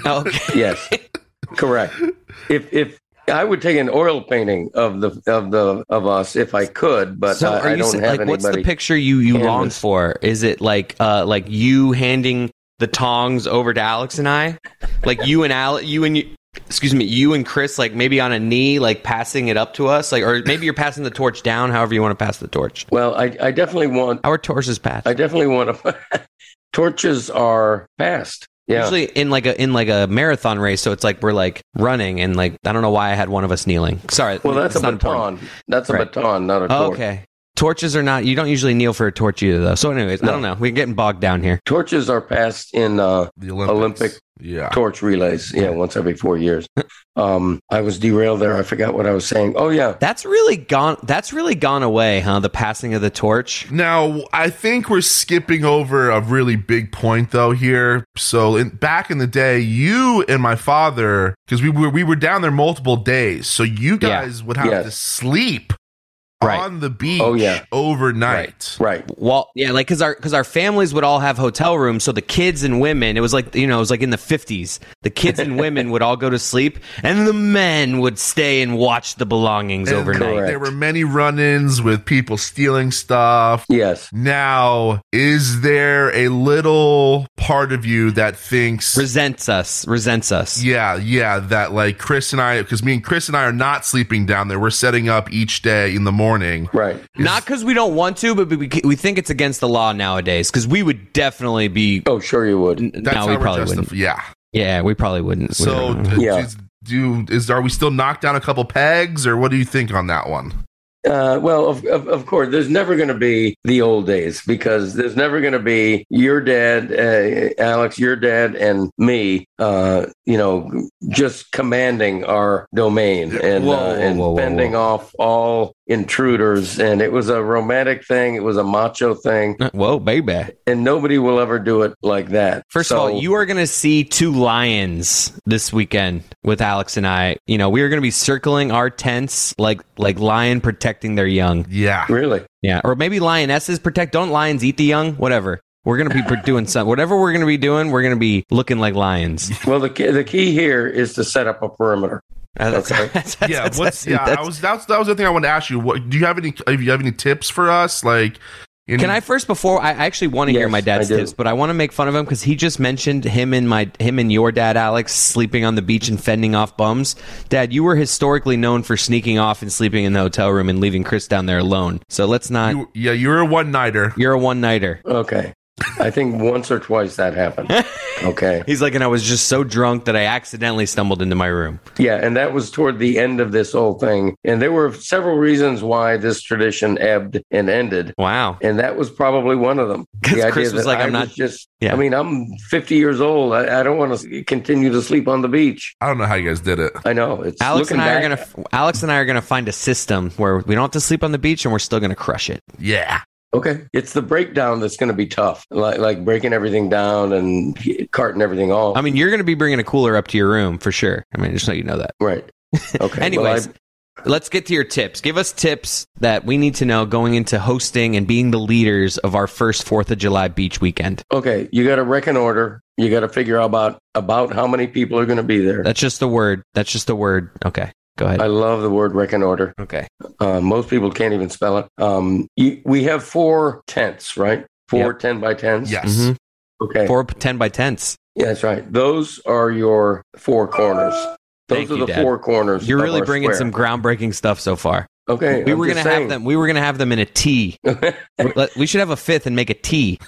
Speaker 3: Oh, okay.
Speaker 2: yes. Correct. If, if, I would take an oil painting of the of the of us if I could, but
Speaker 3: so
Speaker 2: I, I
Speaker 3: are you
Speaker 2: don't
Speaker 3: s-
Speaker 2: have
Speaker 3: like,
Speaker 2: anybody.
Speaker 3: what's the picture you you
Speaker 2: Canvas.
Speaker 3: long for? Is it like uh like you handing the tongs over to Alex and I, like you and Al, you and you. Excuse me, you and Chris, like maybe on a knee, like passing it up to us, like, or maybe you're passing the torch down, however you want to pass the torch.
Speaker 2: Well, I, I definitely want
Speaker 3: Our torch is passed.
Speaker 2: I definitely want to. torches are past. Yeah.
Speaker 3: Usually in like a in like a marathon race, so it's like we're like running and like I don't know why I had one of us kneeling. Sorry.
Speaker 2: well, that's a
Speaker 3: it's not
Speaker 2: baton.
Speaker 3: important.
Speaker 2: That's a
Speaker 3: Right.
Speaker 2: baton, not a
Speaker 3: Oh,
Speaker 2: torch.
Speaker 3: okay. Torches are not. You don't usually kneel for a torch either, though. So, anyways, I
Speaker 2: No.
Speaker 3: don't know. We're getting bogged down here.
Speaker 2: Torches are passed in uh,
Speaker 6: The Olympics.
Speaker 2: Olympic
Speaker 6: Yeah.
Speaker 2: torch relays. Yeah, once every four years. Um, I was derailed there. I forgot what I was saying. Oh yeah,
Speaker 3: That's really gone. That's really gone away, huh? The passing of the torch.
Speaker 6: Now, I think we're skipping over a really big point though here. So, in, back in the day, you and my father, because we were we were down there multiple days, so you
Speaker 3: Yeah.
Speaker 6: guys would have
Speaker 2: Yes.
Speaker 6: to sleep
Speaker 3: Right.
Speaker 6: on the beach
Speaker 2: Oh, yeah.
Speaker 6: overnight.
Speaker 2: right.
Speaker 3: Well, yeah, like because our because our families would all have hotel rooms, so the kids and women. It was like you know, it was like in the fifties. The kids and women would all go to sleep, and the men would stay and watch the belongings
Speaker 6: And
Speaker 3: overnight.
Speaker 2: Correct.
Speaker 6: There were many run-ins with people stealing stuff.
Speaker 2: Yes.
Speaker 6: Now, is there a little part of you that thinks
Speaker 3: Resents us. Resents us.
Speaker 6: Yeah, yeah, that like Chris and I because me and Chris and I are not sleeping down there. We're setting up each day in the morning.
Speaker 2: Right.
Speaker 3: Not because we don't want to, but we, we think it's against the law nowadays. Because we would definitely be.
Speaker 2: Oh, sure you would.
Speaker 6: That's
Speaker 3: no,
Speaker 6: how
Speaker 3: we
Speaker 6: we're
Speaker 3: probably
Speaker 6: justif-
Speaker 3: wouldn't.
Speaker 6: Yeah.
Speaker 3: Yeah, we probably wouldn't. We
Speaker 6: So
Speaker 3: don't know.
Speaker 6: d-
Speaker 2: Yeah.
Speaker 6: is- do is are we still knocked down a couple pegs or what do you think on that one?
Speaker 2: Uh, well, of, of of course, there's never going to be the old days because there's never going to be your dad, uh, Alex, your dad, and me. Uh, you know, just commanding our domain and
Speaker 3: Whoa,
Speaker 2: uh,
Speaker 3: whoa,
Speaker 2: and
Speaker 3: whoa, whoa,
Speaker 2: fending
Speaker 3: whoa.
Speaker 2: off all intruders. And it was a romantic thing. It was a macho thing.
Speaker 3: whoa, baby!
Speaker 2: and nobody will ever do it like that.
Speaker 3: First
Speaker 2: So-
Speaker 3: of all, you are going to see two lions this weekend with Alex and I. You know, we are going to be circling our tents like like lion protecting their young.
Speaker 6: Yeah.
Speaker 2: really
Speaker 3: Yeah, or maybe lionesses protect. Don't lions eat the young? Whatever. We're gonna be pr- doing something. Whatever we're gonna be doing, we're gonna be looking like lions.
Speaker 2: Well, the key, the key here is to set up a perimeter.
Speaker 3: Uh, that's-
Speaker 2: Okay.
Speaker 3: that's- that's-
Speaker 6: yeah,
Speaker 3: that's-
Speaker 6: what's
Speaker 3: that's-
Speaker 6: yeah? I was that's that was the thing I wanted to ask you. What do you have any? If you have any tips for us, like, in,
Speaker 3: Can I first before I actually want to hear
Speaker 2: Yes,
Speaker 3: my dad's
Speaker 2: I do.
Speaker 3: tips, but I want to make fun of him because he just mentioned him and my him and your dad Alex sleeping on the beach and fending off bums. Dad, you were historically known for sneaking off and sleeping in the hotel room and leaving Chris down there alone. So let's not.
Speaker 6: You, yeah, you're a one nighter.
Speaker 3: You, are a one nighter.
Speaker 2: Okay. I think once or twice that happened. Okay.
Speaker 3: He's like, and I was just so drunk that I accidentally stumbled into my room.
Speaker 2: Yeah, and that was toward the end of this whole thing. And there were several reasons why this tradition ebbed and ended.
Speaker 3: Wow.
Speaker 2: And that was probably one of them.
Speaker 3: 'Cause Chris was like,
Speaker 2: I
Speaker 3: I'm not-
Speaker 2: just,
Speaker 3: Yeah.
Speaker 2: I mean, I'm 50 years old. I, I don't want to continue to sleep on the beach.
Speaker 6: I don't know how you guys did it.
Speaker 2: I know. It's
Speaker 3: Alex
Speaker 2: looking
Speaker 3: and I
Speaker 2: back,
Speaker 3: are gonna. f- Alex and I are gonna find a system where we don't have to sleep on the beach and we're still gonna crush it.
Speaker 6: Yeah,
Speaker 2: Okay. It's the breakdown that's going to be tough, like, like breaking everything down and carting everything off.
Speaker 3: I mean, you're gonna be bringing a cooler up to your room for sure. I mean, just so you know that.
Speaker 2: right. Okay.
Speaker 3: Anyways,
Speaker 2: Well,
Speaker 3: let's get to your tips. Give us tips that we need to know going into hosting and being the leaders of our first 4th of July beach weekend.
Speaker 2: I- okay. You got to reckon order. You got to figure out about, about how many people are going to be there.
Speaker 3: That's just the word. That's just the word. Okay. Go ahead.
Speaker 2: I love the word reckon order.
Speaker 3: okay.
Speaker 2: Uh, most people can't even spell it. Um, you, we have four tents, right? Four 10 by 10s.
Speaker 6: yes.
Speaker 3: Mhm.
Speaker 2: Okay.
Speaker 3: Four 10 by 10s.
Speaker 2: Yeah, that's right. Those are your four corners. Those
Speaker 3: Thank
Speaker 2: are
Speaker 3: you,
Speaker 2: the
Speaker 3: Dad.
Speaker 2: four corners.
Speaker 3: You're
Speaker 2: of
Speaker 3: really
Speaker 2: our
Speaker 3: bringing
Speaker 2: square.
Speaker 3: some groundbreaking stuff so far.
Speaker 2: Okay.
Speaker 3: we
Speaker 2: I'm
Speaker 3: were going to
Speaker 2: just
Speaker 3: have
Speaker 2: saying.
Speaker 3: them we were going to have them in a T. Let- we should have a fifth and make a T.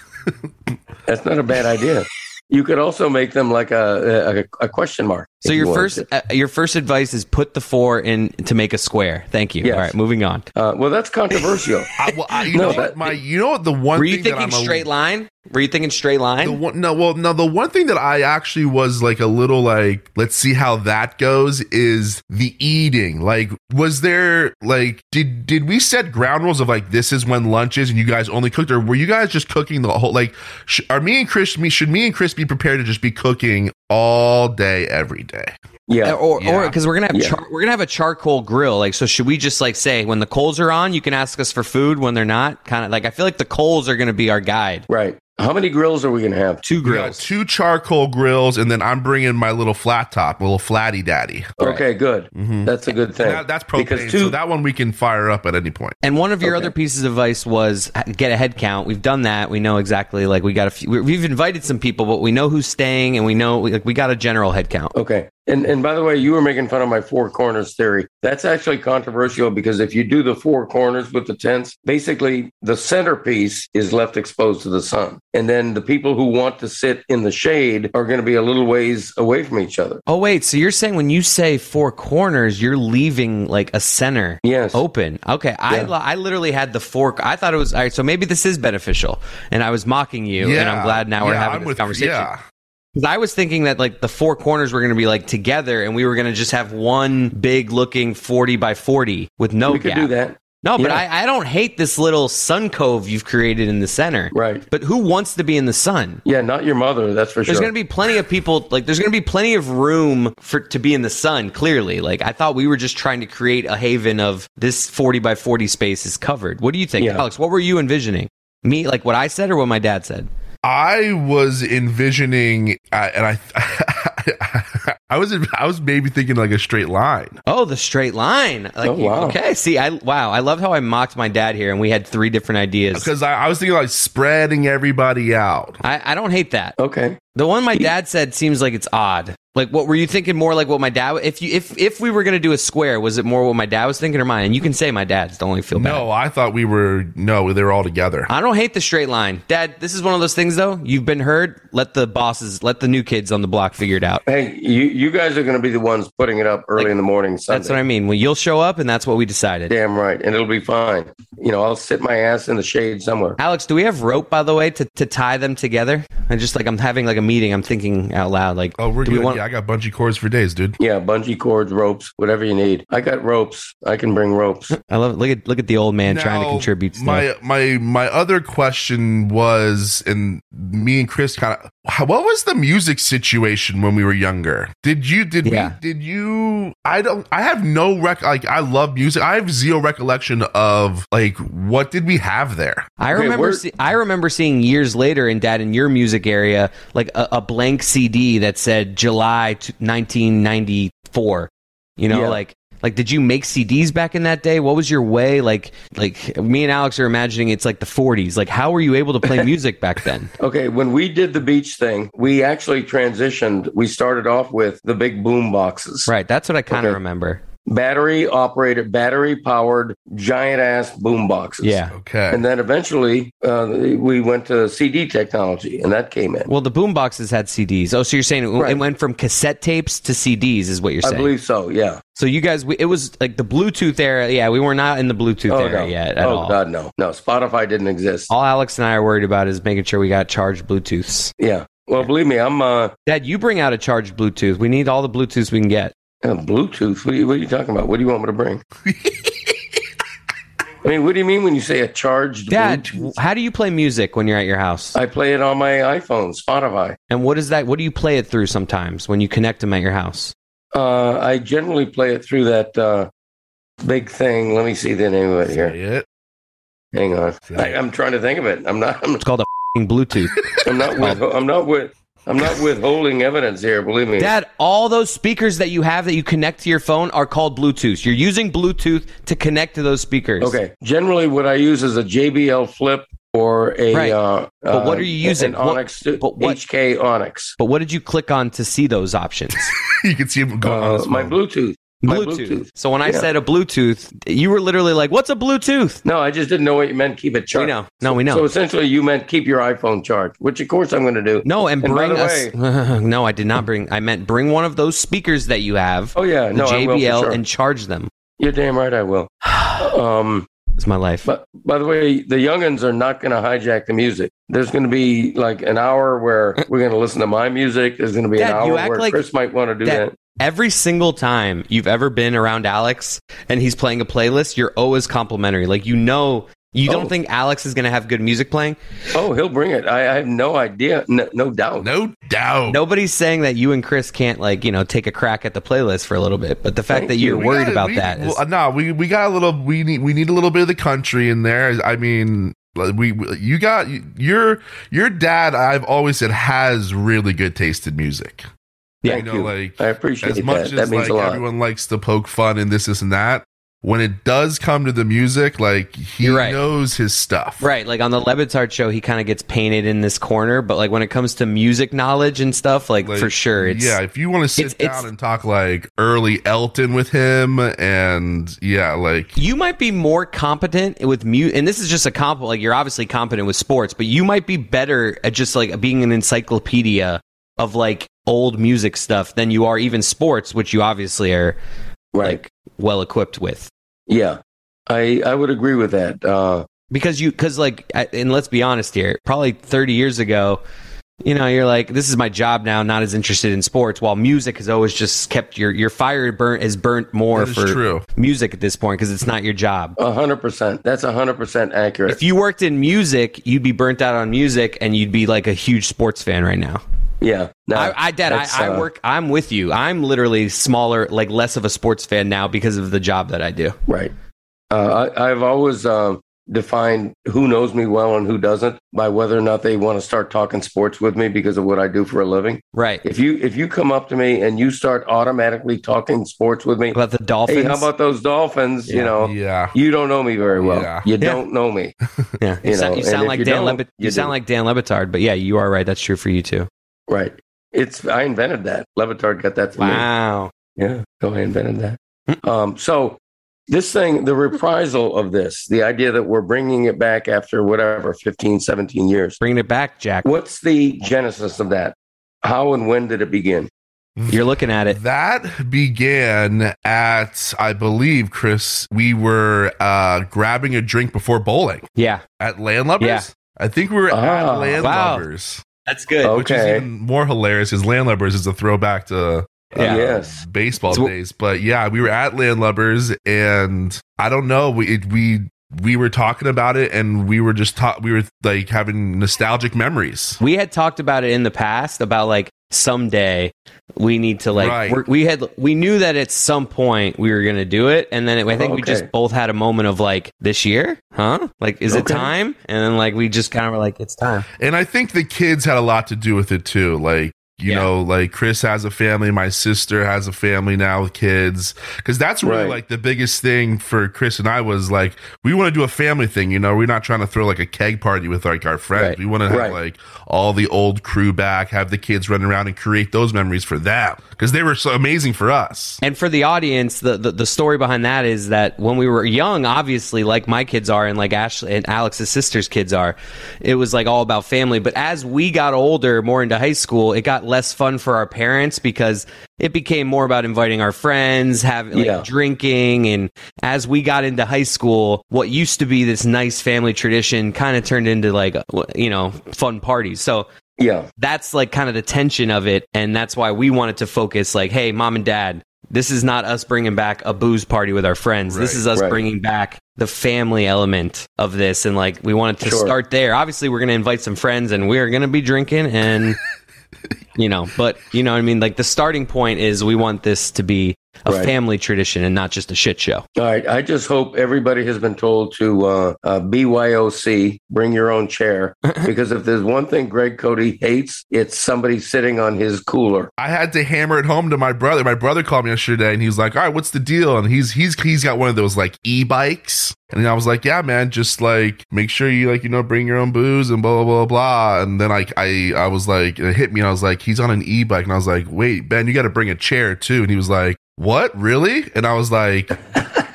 Speaker 2: That's not a bad idea. You could also make them like a a, a question mark.
Speaker 3: So
Speaker 2: if you
Speaker 3: your
Speaker 2: wanted
Speaker 3: first
Speaker 2: to.
Speaker 3: uh, your first advice is put the 4 in to make a square. Thank you.
Speaker 2: Yes.
Speaker 3: All right, moving on.
Speaker 2: Uh, well, that's controversial.
Speaker 6: I, well, I, you
Speaker 2: No,
Speaker 6: know what
Speaker 2: that-
Speaker 6: my you know what the one
Speaker 3: Were
Speaker 6: thing
Speaker 3: you
Speaker 6: that
Speaker 3: thinking
Speaker 6: I'm a-
Speaker 3: straight line? Were you thinking straight
Speaker 6: The
Speaker 3: line?
Speaker 6: one, no, well, no. The one thing that I actually was like a little like, let's see how that goes. Is the eating like? Was there like did did we set ground rules of like this is when lunch is and you guys only cooked or were you guys just cooking the whole like? Sh- are me and Chris me should me and Chris be prepared to just be cooking all day every day?
Speaker 2: Yeah.
Speaker 3: Uh, or or
Speaker 6: Yeah.
Speaker 3: because we're gonna have
Speaker 2: Yeah.
Speaker 3: char- we're gonna have a charcoal grill. Like, so should we just like say when the coals are on, you can ask us for food. When they're not, kind of like I feel like the coals are gonna be our guide.
Speaker 2: Right. How many grills are we going to have?
Speaker 3: Two
Speaker 6: We got
Speaker 3: grills.
Speaker 6: two charcoal grills, and then I'm bringing my little flat top, little flatty daddy.
Speaker 3: Right.
Speaker 2: Okay, good.
Speaker 6: Mm-hmm.
Speaker 2: That's a good thing.
Speaker 6: That, that's propane,
Speaker 2: Because two,
Speaker 6: so that one we can fire up at any point.
Speaker 3: And one of your
Speaker 2: Okay.
Speaker 3: other pieces of advice was h- get a head count. We've done that. We know exactly. Like we got a few. we- We've invited some people, but we know who's staying, and we know like we got a general head count.
Speaker 2: Okay. And and by the way, you were making fun of my four corners theory. That's actually controversial because if you do the four corners with the tents, basically the centerpiece is left exposed to the sun. And then the people who want to sit in the shade are going to be a little ways away from each other.
Speaker 3: Oh wait, so you're saying when you say four corners, you're leaving like a center
Speaker 2: Yes.
Speaker 3: open? Okay, I
Speaker 2: Yeah.
Speaker 3: li- I literally had the four. I thought it was all right. So maybe this is beneficial, and I was mocking you, and I'm glad now we're
Speaker 6: Yeah,
Speaker 3: having
Speaker 6: I'm
Speaker 3: this
Speaker 6: with-
Speaker 3: conversation.
Speaker 6: Yeah.
Speaker 3: 'Cause I was thinking that like the four corners were going to be like together, and we were going to just have one big looking forty by forty with
Speaker 6: Oh,
Speaker 3: no
Speaker 2: we could
Speaker 3: gap.
Speaker 2: do that.
Speaker 3: No, but
Speaker 2: Yeah.
Speaker 3: I, I don't hate this little sun cove you've created in the center.
Speaker 2: Right.
Speaker 3: But who wants to be in the sun?
Speaker 2: Yeah, not your mother, that's for
Speaker 3: There's
Speaker 2: sure.
Speaker 3: going to be plenty of people. Like, there's going to be plenty of room for to be in the sun. Clearly, like I thought we were just trying to create a haven of this forty by forty space is covered. What do you think,
Speaker 2: Yeah.
Speaker 3: Alex? What were you envisioning? Me, like what I said or what my dad said?
Speaker 6: I was envisioning, uh, and I, I was, I was maybe thinking like a straight line.
Speaker 3: Oh, the straight line. Like,
Speaker 2: Oh, wow.
Speaker 3: Okay. See, I wow, I love how I mocked my dad here, and we had three different ideas.
Speaker 6: Because I, I was thinking like spreading everybody out.
Speaker 3: I, I don't hate that.
Speaker 2: okay.
Speaker 3: The one my dad said seems like it's odd. Like, what were you thinking? More like what my dad? If you if if we were gonna do a square, was it more what my dad was thinking or mine? And you can say my dad's. Don't only feel bad.
Speaker 6: No, I thought we were no, they were all together.
Speaker 3: I don't hate the straight line, Dad. This is one of those things, though. You've been heard. Let the bosses, let the new kids on the block figure it out.
Speaker 2: Hey, you you guys are going to be the ones putting it up early
Speaker 3: Like,
Speaker 2: in the morning Sunday.
Speaker 3: That's what I mean. Well, you'll show up, and that's what we decided.
Speaker 2: Damn right, and it'll be fine. You know, I'll sit my ass in the shade somewhere.
Speaker 3: Alex, do we have rope by the way to, to tie them together? I just like I'm having like a meeting. I'm thinking out loud. Like,
Speaker 6: oh, we're
Speaker 3: do
Speaker 6: good.
Speaker 3: we want?
Speaker 6: yeah, I got bungee cords for days, dude.
Speaker 2: Yeah, bungee cords, ropes, whatever you need. I got ropes. I can bring ropes.
Speaker 3: I love. Look at look at the old man trying to
Speaker 6: Now,
Speaker 3: contribute. Stuff.
Speaker 6: My my my other question was, and me and Chris kind of, what was the music situation when we were younger? Did you did
Speaker 3: Yeah.
Speaker 6: we did you? I don't. I have no rec. Like I love music. I have zero recollection of like like what did we have there?
Speaker 3: I
Speaker 2: Okay,
Speaker 3: remember.
Speaker 2: we're-
Speaker 3: see, I remember seeing years later in Dad in your music area, like a, a blank CD that said July t- 1994. You know,
Speaker 2: Yeah.
Speaker 3: like like did you make CDs back in that day? What was your way? Like like me and Alex are imagining it's like the 40s. Like how were you able to play music back then?
Speaker 2: Okay, when we did the beach thing, we actually transitioned. We started off with the big boom boxes,
Speaker 3: right, that's what I kind of
Speaker 2: Okay.
Speaker 3: remember.
Speaker 2: battery operated, battery powered, giant ass boom boxes.
Speaker 3: Yeah.
Speaker 6: Okay.
Speaker 2: And then eventually uh, we went to CD technology and that came in.
Speaker 3: Well, the boom boxes had CDs. Oh, so you're saying it,
Speaker 2: Right.
Speaker 3: it went from cassette tapes to CDs is what you're
Speaker 2: I
Speaker 3: saying.
Speaker 2: believe so, yeah.
Speaker 3: so you guys we, it was like the Bluetooth era. Yeah, we were not in the Bluetooth
Speaker 2: Oh, no.
Speaker 3: era yet at
Speaker 2: oh
Speaker 3: all.
Speaker 2: God, no. No, Spotify didn't exist.
Speaker 3: All Alex and I are worried about is making sure we got charged Bluetooths.
Speaker 2: Yeah. Well, believe me, I'm uh,
Speaker 3: Dad, you bring out a charged Bluetooth. We need all the Bluetooths we can get.
Speaker 2: uh, Bluetooth. What are, you, what are you talking about? What do you want me to bring? I mean, what do you mean when you say a charged
Speaker 3: Dad,
Speaker 2: Bluetooth?
Speaker 3: how do you play music when you're at your house?
Speaker 2: I play it on my iPhone, Spotify.
Speaker 3: and what is that? What do you play it through sometimes when you connect them at your house?
Speaker 2: Uh, I generally play it through that uh, big thing. Let me see the name of it here.
Speaker 6: Say it.
Speaker 2: Hang on.
Speaker 6: Say
Speaker 2: I,
Speaker 6: it.
Speaker 2: I'm trying to think of it. I'm not. I'm,
Speaker 3: It's called a fing Bluetooth.
Speaker 2: I'm not. With, I'm not with. I'm not withholding evidence here. Believe me.
Speaker 3: Dad, all those speakers that you have that you connect to your phone are called Bluetooths. You're using Bluetooth to connect to those speakers.
Speaker 2: Okay. Generally, what I use is a JBL Flip or a.
Speaker 3: Right.
Speaker 2: Uh,
Speaker 3: But what
Speaker 2: uh,
Speaker 3: are you using?
Speaker 2: An
Speaker 3: What-
Speaker 2: Onyx.
Speaker 3: but what-
Speaker 2: HK Onyx.
Speaker 3: But what did you click on to see those options?
Speaker 6: you can see him going on
Speaker 2: Uh,
Speaker 6: his
Speaker 2: my
Speaker 6: phone.
Speaker 2: Bluetooth. My
Speaker 3: Bluetooth.
Speaker 2: Bluetooth.
Speaker 3: So when I
Speaker 2: Yeah.
Speaker 3: said a Bluetooth, you were literally like, "What's a Bluetooth?"
Speaker 2: No, I just didn't know what you meant. Keep it
Speaker 3: We
Speaker 2: charged.
Speaker 3: know. No, we know.
Speaker 2: So essentially, you meant keep your iPhone charged, which of course I'm going to do.
Speaker 3: No, and
Speaker 2: And by
Speaker 3: bring
Speaker 2: the
Speaker 3: us. no, I did not bring. I meant bring one of those speakers that you have,
Speaker 2: Oh yeah,
Speaker 3: the
Speaker 2: no, I will for
Speaker 3: JBL,
Speaker 2: sure.
Speaker 3: and charge them.
Speaker 2: You're damn right, I will. Um,
Speaker 3: It's my life.
Speaker 2: but by the way, the youngins are not going to hijack the music. There's going to be like an hour where we're going to listen to my music. There's going to be an
Speaker 3: Dad, you
Speaker 2: hour
Speaker 3: act
Speaker 2: where
Speaker 3: like
Speaker 2: Chris might want to do
Speaker 3: that-
Speaker 2: that.
Speaker 3: Every single time you've ever been around Alex and he's playing a playlist, you're always complimentary. Like you know, you don't
Speaker 2: Oh.
Speaker 3: think Alex is going to have good music playing.
Speaker 2: Oh, he'll bring it. I, I have no idea, no, no doubt.
Speaker 6: no doubt.
Speaker 3: Nobody's saying that you and Chris can't like you know take a crack at the playlist for a little bit. But the fact
Speaker 2: Thank
Speaker 3: that you're
Speaker 6: We
Speaker 3: worried
Speaker 6: gotta-
Speaker 3: about
Speaker 6: we-
Speaker 3: that is
Speaker 6: well, no, we we got a little. We need we need a little bit of the country in there. I mean, like, we you got your your dad. I've always said has really good taste in music.
Speaker 3: Yeah.
Speaker 6: you
Speaker 2: Thank
Speaker 6: know,
Speaker 2: you.
Speaker 6: like
Speaker 2: I appreciate
Speaker 6: as
Speaker 2: that.
Speaker 6: much
Speaker 2: that
Speaker 6: as
Speaker 2: means
Speaker 6: like
Speaker 2: a lot.
Speaker 6: everyone likes to poke fun and this, this, and that. When it does come to the music, like he
Speaker 3: You're right.
Speaker 6: knows his stuff.
Speaker 3: Right, like on the Levitard show, he kind of gets painted in this corner, but like when it comes to music knowledge and stuff, like,
Speaker 6: Like,
Speaker 3: for sure, it's
Speaker 6: yeah. If you want to sit
Speaker 3: it's-
Speaker 6: down
Speaker 3: it's-
Speaker 6: and talk like early Elton with him, and yeah, like
Speaker 3: you might be more competent with mute, and this is just a comp. Like you're obviously competent with sports, but you might be better at just like being an encyclopedia of like old music stuff than you are even sports, which you obviously are
Speaker 2: right.
Speaker 3: like well equipped with.
Speaker 2: yeah. I, I would agree with that. Uh,
Speaker 3: because you because like I- and let's be honest here probably 30 years ago you know you're like this is my job now not as interested in sports while music has always just kept your your fire burnt is burnt more
Speaker 6: that is
Speaker 3: for
Speaker 6: true.
Speaker 3: music at this point because it's not your job
Speaker 2: a 100%. That's a 100% accurate.
Speaker 3: if you worked in music you'd be burnt out on music and you'd be like a huge sports fan right now
Speaker 2: yeah. No,
Speaker 3: i, I dad I,
Speaker 2: that's,
Speaker 3: I
Speaker 2: uh,
Speaker 3: work i'm with you i'm literally smaller like less of a sports fan now because of the job that i do
Speaker 2: Right. Uh, I, I've always uh, defined who knows me well and who doesn't by whether or not they want to start talking sports with me because of what I do for a living.
Speaker 3: right
Speaker 2: If you if you come up to me and you start automatically talking sports with me,
Speaker 3: about the dolphins
Speaker 2: hey, how about those Dolphins? You
Speaker 3: Yeah.
Speaker 2: know,
Speaker 6: Yeah.
Speaker 2: you don't know me very well.
Speaker 6: Yeah.
Speaker 2: You don't know me.
Speaker 3: yeah you,
Speaker 2: you
Speaker 3: sound,
Speaker 2: know,
Speaker 3: you
Speaker 2: and
Speaker 3: sound
Speaker 2: if
Speaker 3: like
Speaker 2: you
Speaker 3: dan
Speaker 2: don't,
Speaker 3: Lebit- you,
Speaker 2: you
Speaker 3: sound
Speaker 2: do.
Speaker 3: like dan lebitard but yeah you are right that's true for you too
Speaker 2: Right. It's I invented that. Levitard got that for me.
Speaker 3: Wow.
Speaker 2: Yeah, go ahead and invented that.
Speaker 6: Hmm.
Speaker 2: Um, so this thing, the reprisal of this, the idea that we're bringing it back after whatever 15, 17 years.
Speaker 3: Bringing it back, Jack.
Speaker 2: What's the genesis of that? How and when did it begin?
Speaker 3: You're looking at it.
Speaker 6: That began at, I believe, Chris, we were uh, grabbing a drink before bowling
Speaker 3: Yeah.
Speaker 6: at Landlubbers.
Speaker 3: Yeah.
Speaker 6: I think we were
Speaker 2: Ah,
Speaker 6: at
Speaker 3: wow.
Speaker 6: Landlubbers,
Speaker 3: That's good.
Speaker 2: Oh,
Speaker 6: which is
Speaker 2: Okay.
Speaker 6: even more hilarious because Landlubbers is a throwback to
Speaker 2: Oh,
Speaker 6: uh,
Speaker 3: Yeah.
Speaker 2: Yes.
Speaker 6: baseball
Speaker 3: It's wh-
Speaker 6: days. But yeah, we were at Landlubbers, and I don't know, we it, we we were talking about it, and we were just ta- we were like having nostalgic memories.
Speaker 3: We had talked about it in the past about like someday we need to like
Speaker 6: Right.
Speaker 3: work. we had we knew that at some point we were going to do it and then it, i think we
Speaker 2: Okay.
Speaker 3: just both had a moment of like this year huh like is it
Speaker 2: Okay.
Speaker 3: time and then like we just kind of were like it's time
Speaker 6: And I think the kids had a lot to do with it too. Like, you
Speaker 3: Yeah.
Speaker 6: know, like Chris has a family, my sister has a family now with kids. Cause that's really
Speaker 2: Right.
Speaker 6: like the biggest thing for Chris and I was like, we want to do a family thing, you know, we're not trying to throw like a keg party with like our friends.
Speaker 3: Right.
Speaker 6: We want to have
Speaker 2: Right.
Speaker 6: like all the old crew back, have the kids running around and create those memories for them. Cause they were so amazing for us.
Speaker 3: And for the audience, the, the the story behind that is that when we were young, obviously, like my kids are, and like Ashley and Alex's sisters' kids are, it was like all about family. But as we got older, more into high school, it got less fun for our parents because it became more about inviting our friends, having like
Speaker 2: Yeah.
Speaker 3: drinking, and as we got into high school, what used to be this nice family tradition kind of turned into like you know fun parties. So
Speaker 2: Yeah.
Speaker 3: that's like kind of the tension of it and that's why we wanted to focus like hey mom and dad this is not us bringing back a booze party with our friends this
Speaker 6: Right,
Speaker 3: is us
Speaker 2: right.
Speaker 3: bringing back the family element of this and like we wanted to
Speaker 2: Sure.
Speaker 3: start there obviously we're going to invite some friends and we're going to be drinking and you know but you know what i mean like the starting point is we want this to be a
Speaker 2: Right.
Speaker 3: family tradition and not just a shit show
Speaker 2: All right. I just hope everybody has been told to uh, uh, BYOC, bring your own chair, because if there's one thing Greg Cody hates, it's somebody sitting on his cooler.
Speaker 6: I had to hammer it home to my brother. My brother called me yesterday and he was like, "All right, what's the deal?" And he's he's he's got one of those like e-bikes, and I was like, "Yeah, man, just like make sure you like you know bring your own booze and blah blah blah." blah. And then like I I was like it hit me, and I was like, "He's on an e-bike," and I was like, "Wait, Ben, you got to bring a chair too." And he was like, "What, really?" And I was like.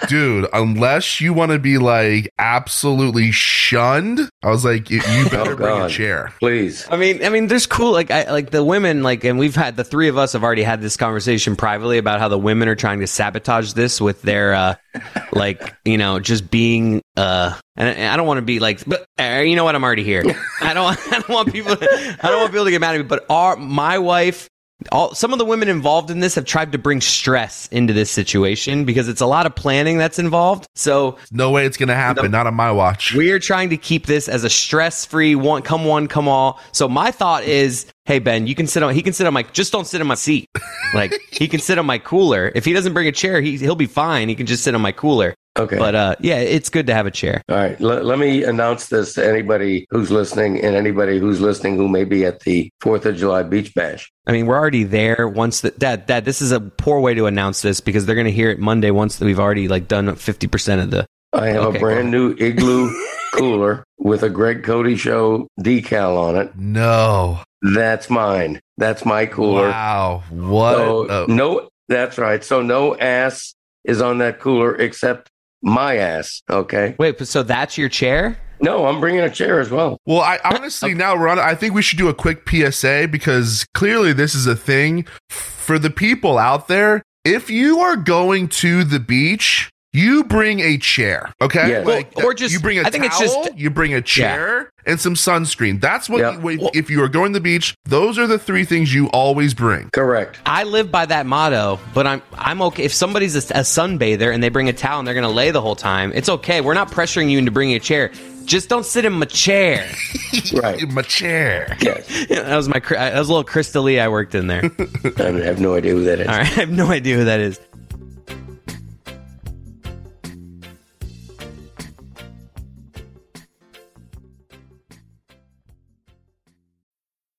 Speaker 6: Dude, unless you want to be like absolutely shunned, I was like, you you better bring a
Speaker 2: Oh, God.
Speaker 6: chair.
Speaker 2: Please.
Speaker 3: I mean, I mean, there's cool like I like the women like, and we've had the three of us have already had this conversation privately about how the women are trying to sabotage this with their uh like you know just being uh and, and I don't want to be like but uh, you know what I'm already here I don't I don't want people I don't want people to get mad at me but our my wife all some of the women involved in this have tried to bring stress into this situation because it's a lot of planning that's involved so
Speaker 6: No way it's gonna happen. Not on my watch.
Speaker 3: we're trying to keep this as a stress-free one. Come one, come all. So my thought is, hey Ben, you can sit on. He can sit on my. Just don't sit on my seat. Like he can sit on my cooler. If he doesn't bring a chair, he he'll be fine. He can just sit on my cooler.
Speaker 2: Okay.
Speaker 3: But uh, yeah, it's good to have a chair.
Speaker 2: All right. Let, let me announce this to anybody who's listening and anybody who's listening who may be at the 4th of July Beach Bash.
Speaker 3: I mean, we're already there. Once that dad, dad, this is a poor way to announce this because they're going to hear it Monday. Once that we've already like done fifty percent of the.
Speaker 2: I have
Speaker 3: Okay,
Speaker 2: a
Speaker 3: go
Speaker 2: brand new igloo cooler with a Greg Cody Show decal on it.
Speaker 6: No.
Speaker 2: That's mine. That's my cooler.
Speaker 6: Wow. What? Oh.
Speaker 2: So
Speaker 6: a-
Speaker 2: no, that's right. So no ass is on that cooler except my ass. Okay.
Speaker 3: Wait, but so that's your chair?
Speaker 2: No, I'm bringing a chair as well.
Speaker 6: well, I honestly now we're on. I think we should do a quick PSA because clearly this is a thing for the people out there. If you are going to the beach, you bring a chair, okay?
Speaker 2: Yes.
Speaker 3: Well, or just-
Speaker 6: you bring a
Speaker 3: I think it's
Speaker 6: towel,
Speaker 3: just-
Speaker 6: you bring a chair and some sunscreen. That's what
Speaker 2: Yeah.
Speaker 6: you, if- if you are going to the beach, those are the three things you always bring.
Speaker 2: Correct.
Speaker 3: I live by that motto, but I'm I'm okay. If somebody's a, a sunbather and they bring a towel and they're gonna lay the whole time, it's okay. We're not pressuring you into bringing a chair. Just don't sit in my chair.
Speaker 2: Right.
Speaker 6: My chair.
Speaker 2: Yes.
Speaker 3: that was my cr- uh, that was a little Crystal Lee I worked in there. All
Speaker 2: I have no idea who that is.
Speaker 3: right, I have no idea who that is.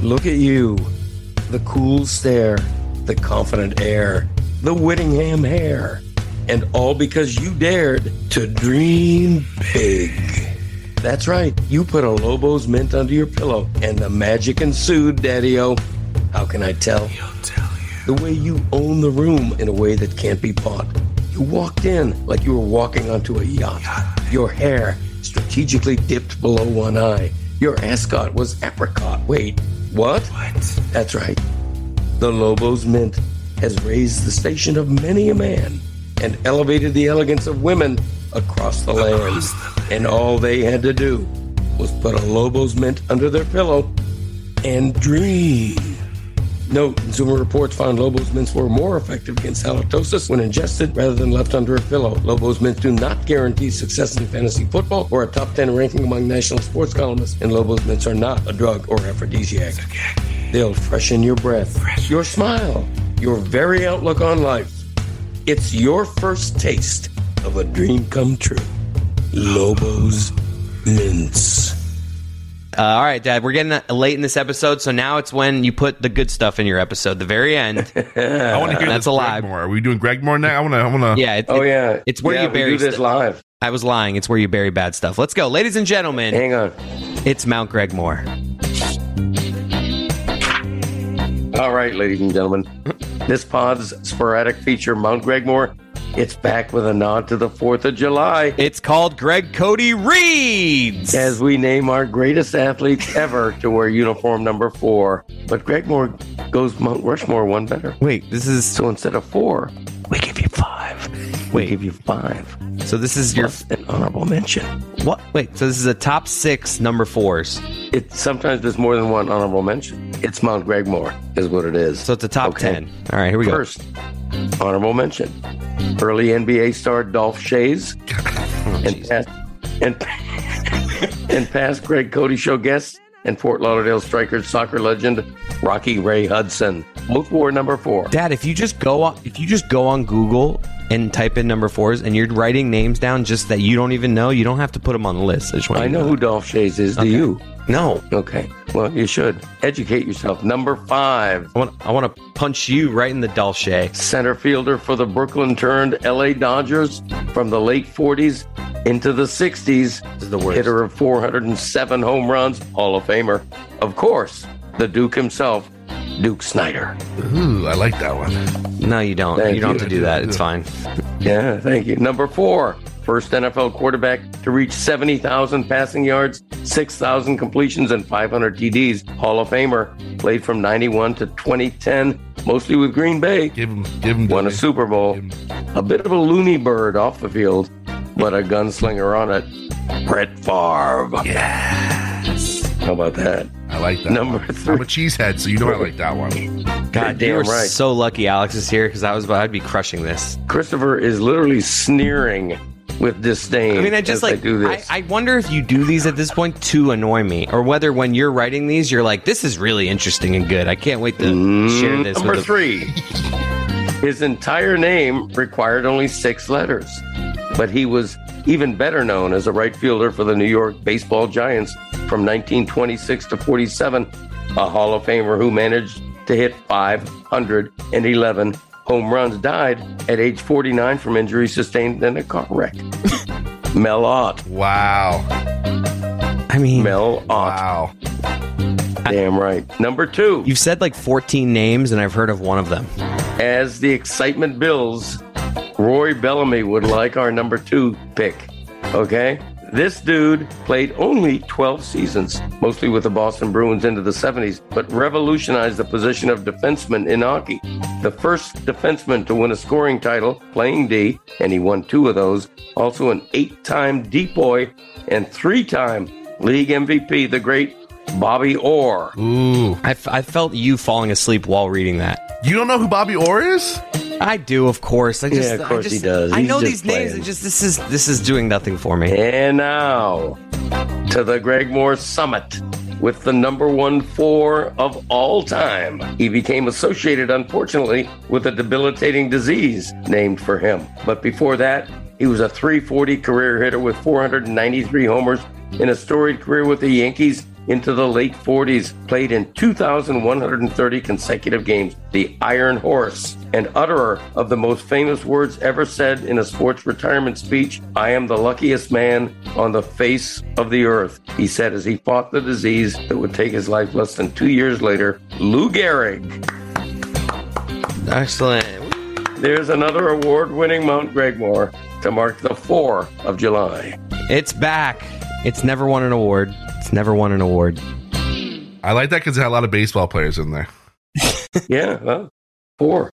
Speaker 2: Look at you. The cool stare, the confident air, the Whittingham hair. And all because you dared to dream big. That's right. You put a Lobo's mint under your pillow, and the magic ensued, Daddy O. How can I tell? The way you own the room in a way that can't be bought. You walked in like you were walking onto a yacht. Your hair strategically dipped below one eye. Your ascot was apricot. Wait, What? What? That's right. The Lobos Mint has raised the station of many a man and elevated the elegance of women across the land. And all they had to do was put a Lobos Mint under their pillow and dream. Note, Consumer Reports found Lobos mints were more effective against halitosis when ingested rather than left under a pillow. Lobos mints do not guarantee success in fantasy football or a top 10 ranking among national sports columnists, and Lobos mints are not a drug or aphrodisiac. They'll freshen your breath, your smile, your very outlook on life. It's your first taste of a dream come true. Lobos mints.
Speaker 3: Uh, all right, Dad, we're getting uh, late in this episode, so now it's when you put the good stuff in your episode, the very end.
Speaker 6: I want to
Speaker 3: That's
Speaker 6: hear that's
Speaker 3: a
Speaker 6: a
Speaker 3: lie.
Speaker 6: Greg Moore. Are we doing Greg Moore now? I want to. I want to.
Speaker 3: Yeah, it,
Speaker 2: Oh,
Speaker 3: it-
Speaker 2: yeah.
Speaker 3: it's where
Speaker 2: Yeah,
Speaker 3: you bury
Speaker 2: we do this
Speaker 3: st-
Speaker 2: live.
Speaker 3: I was lying. It's where you bury bad stuff. Let's go, ladies and gentlemen.
Speaker 2: Hang on.
Speaker 3: It's Mount Greg Moore.
Speaker 2: All right, ladies and gentlemen. This pod's sporadic feature, Mount Gregmore, it's back with a nod to the 4th of July
Speaker 3: It's called Greg Cody Reads.
Speaker 2: as we name our greatest athletes ever to wear uniform number four. But Gregmore goes Mount Rushmore one better.
Speaker 3: Wait, this is
Speaker 2: So instead of four, we give you five. We
Speaker 3: Wait.
Speaker 2: give you five.
Speaker 3: so. This is your
Speaker 2: Plus an honorable mention.
Speaker 3: what? Wait, so this is a top six number fours.
Speaker 2: It sometimes there's more than one honorable mention. It's Mount Gregmore, is what it is.
Speaker 3: So it's a top
Speaker 2: Okay.
Speaker 3: ten. All right, here we go.
Speaker 2: First, honorable mention. Early NBA star Dolph Shays
Speaker 3: Oh,
Speaker 2: and past, and, and past Greg Cody show guest and Fort Lauderdale Strikers soccer legend Rocky Ray Hudson. Both wore number four.
Speaker 3: Dad, if you just go on, if you just go on Google and type in number fours, and you're writing names down just that you don't even know, you don't have to put them on the list. I just want
Speaker 2: I
Speaker 3: you to
Speaker 2: know who Dolph Shays is. Do you?
Speaker 3: No,
Speaker 2: Okay. Well, you should educate yourself. Number five,
Speaker 3: I want I want to punch you right in the dolce.
Speaker 2: center fielder for the Brooklyn turned LA Dodgers from the late 40s into the 60s.
Speaker 3: This is the worst.
Speaker 2: hitter of 407 home runs, Hall of Famer. Of course, the Duke himself, Duke Snyder.
Speaker 6: Ooh, I like that one.
Speaker 3: No, you don't.
Speaker 2: Thank
Speaker 3: you don't
Speaker 2: you.
Speaker 3: have to do that. It's fine.
Speaker 2: Yeah, thank you. Number four, first NFL quarterback to reach 70,000 passing yards, 6,000 completions, and 500 TDs. Hall of Famer, played from 91 to 2010, mostly with Green Bay.
Speaker 6: Give him. Give him.
Speaker 2: Won a
Speaker 6: the-
Speaker 2: Super Bowl. A bit of a loony bird off the field, but a gunslinger on it. Brett Favre. Yes. How about that?
Speaker 6: I like that.
Speaker 2: Number
Speaker 6: one.
Speaker 2: three.
Speaker 6: I'm a cheesehead, so you know I like that one.
Speaker 3: God,
Speaker 2: You're
Speaker 3: you were
Speaker 2: damn right.
Speaker 3: so lucky. Alex is here because I was I'd be crushing this.
Speaker 2: Christopher is literally sneering with disdain.
Speaker 3: I mean, I just
Speaker 2: as they
Speaker 3: like
Speaker 2: do
Speaker 3: I,
Speaker 2: this.
Speaker 3: I wonder if you do these at this point to annoy me, or whether when you're writing these, you're like, "This is really interesting and good. I can't wait to share this."
Speaker 2: Number
Speaker 3: with the-
Speaker 2: three, his entire name required only six letters, but he was even better known as a right fielder for the New York Baseball Giants from 1926 to 47, a Hall of Famer who managed to hit 511 home runs. Died at age 49 from injury sustained in a car wreck. Mel Ott,
Speaker 6: Wow.
Speaker 3: I mean,
Speaker 2: Mel Ott,
Speaker 6: Wow.
Speaker 2: damn right. Number two.
Speaker 3: you've said like 14 names, and I've heard of one of them.
Speaker 2: As the excitement builds, Roy Bellamy would like our number two pick. Okay? This dude played only 12 seasons, mostly with the Boston Bruins into the 70s, but revolutionized the position of defenseman in hockey. The first defenseman to win a scoring title playing D, and he won two of those. Also, an eight time decoy and three time league MVP, the great Bobby Orr.
Speaker 6: Ooh.
Speaker 3: I, f- I felt you falling asleep while reading that.
Speaker 6: You don't know who Bobby Orr is?
Speaker 3: I do, of course. I just,
Speaker 2: Yeah, of course
Speaker 3: I
Speaker 2: he
Speaker 3: just,
Speaker 2: does.
Speaker 3: I
Speaker 2: He's
Speaker 3: know
Speaker 2: just
Speaker 3: these names.
Speaker 2: playing.
Speaker 3: It just this is this is doing nothing for me.
Speaker 2: And now to the Greg Moore Summit with the number one four of all time. He became associated, unfortunately, with a debilitating disease named for him. But before that, he was a 340 career hitter with 493 homers in a storied career with the Yankees into the late 40s, played in 2,130 consecutive games, the Iron Horse, and utterer of the most famous words ever said in a sports retirement speech I am the luckiest man on the face of the earth, he said as he fought the disease that would take his life less than two years later. Lou Gehrig.
Speaker 3: Excellent.
Speaker 2: There's another award winning Mount Gregmore to mark the 4 of July.
Speaker 3: It's back. It's never won an award. It's never won an award.
Speaker 6: I like that because it had a lot of baseball players in there.
Speaker 2: Yeah, well, four.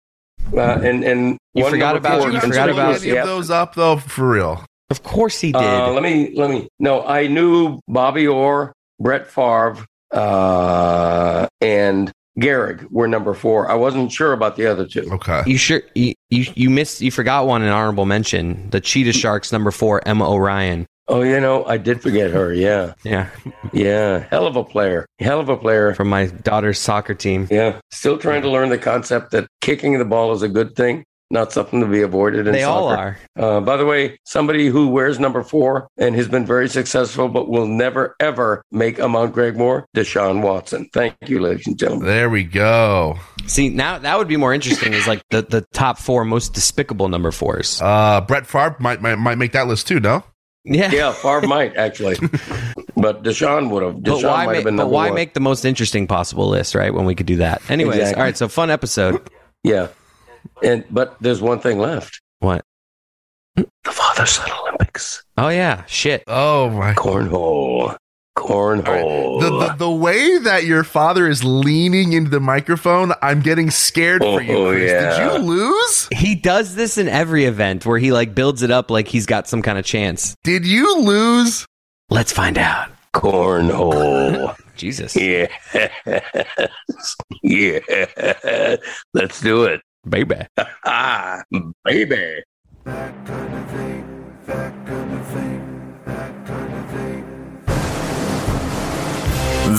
Speaker 2: Uh, and and
Speaker 3: You
Speaker 2: one
Speaker 3: forgot
Speaker 2: number
Speaker 3: about-
Speaker 2: four
Speaker 3: you
Speaker 2: and
Speaker 3: forgot
Speaker 2: two
Speaker 6: Did you
Speaker 3: about-
Speaker 6: look
Speaker 2: others,
Speaker 6: any
Speaker 2: yeah.
Speaker 6: of those up though for real.
Speaker 3: Of course he did.
Speaker 2: Uh, let me let me. No, I knew Bobby Orr, Brett Favre, uh, and Gehrig were number four. I wasn't sure about the other two.
Speaker 6: Okay.
Speaker 3: you sure you, you you missed you forgot one an honorable mention. The Cheetah Sharks number 4 Emma O'Ryan.
Speaker 2: Oh, you know, I did forget her. Yeah,
Speaker 3: Yeah,
Speaker 2: yeah, hell of a player, hell of a player.
Speaker 3: from my daughter's soccer team.
Speaker 2: Yeah, still trying to learn the concept that kicking the ball is a good thing, not something to be avoided. In
Speaker 3: They all
Speaker 2: soccer.
Speaker 3: are.
Speaker 2: Uh, by the way, somebody who wears number four and has been very successful, but will never ever make a Mount Gregmore, Deshaun Watson. Thank you, ladies and gentlemen.
Speaker 6: There we go.
Speaker 3: See, now that would be more interesting is like the, the top 4 most despicable number 4s.
Speaker 2: Oh.
Speaker 6: Uh Brett Favre might, might might make that list too, no?
Speaker 3: Yeah.
Speaker 2: Yeah, Favre might actually, but Deshaun would have.
Speaker 3: But
Speaker 2: Deshaun
Speaker 3: why,
Speaker 2: might
Speaker 3: make,
Speaker 2: have been
Speaker 3: but
Speaker 2: number
Speaker 3: why
Speaker 2: one.
Speaker 3: make the most interesting possible list, right? When we could do that. Anyways,
Speaker 2: Exactly.
Speaker 3: all right, so fun episode.
Speaker 2: Yeah, and but there's one thing left:
Speaker 3: What?
Speaker 2: the Father Son Olympics,
Speaker 3: Oh yeah, shit.
Speaker 6: Oh my
Speaker 2: cornhole, cornhole.
Speaker 6: the, the the way that your father is leaning into the microphone, I'm getting scared for you,
Speaker 2: Oh,
Speaker 6: Chris.
Speaker 2: yeah.
Speaker 6: Did you lose?
Speaker 3: He does this in every event where he like builds it up like he's got some kind of chance.
Speaker 6: Did you lose?
Speaker 3: Let's find out.
Speaker 2: cornhole.
Speaker 3: Jesus.
Speaker 2: yeah, yeah. Let's do it.
Speaker 3: Baby.
Speaker 2: Ah, baby.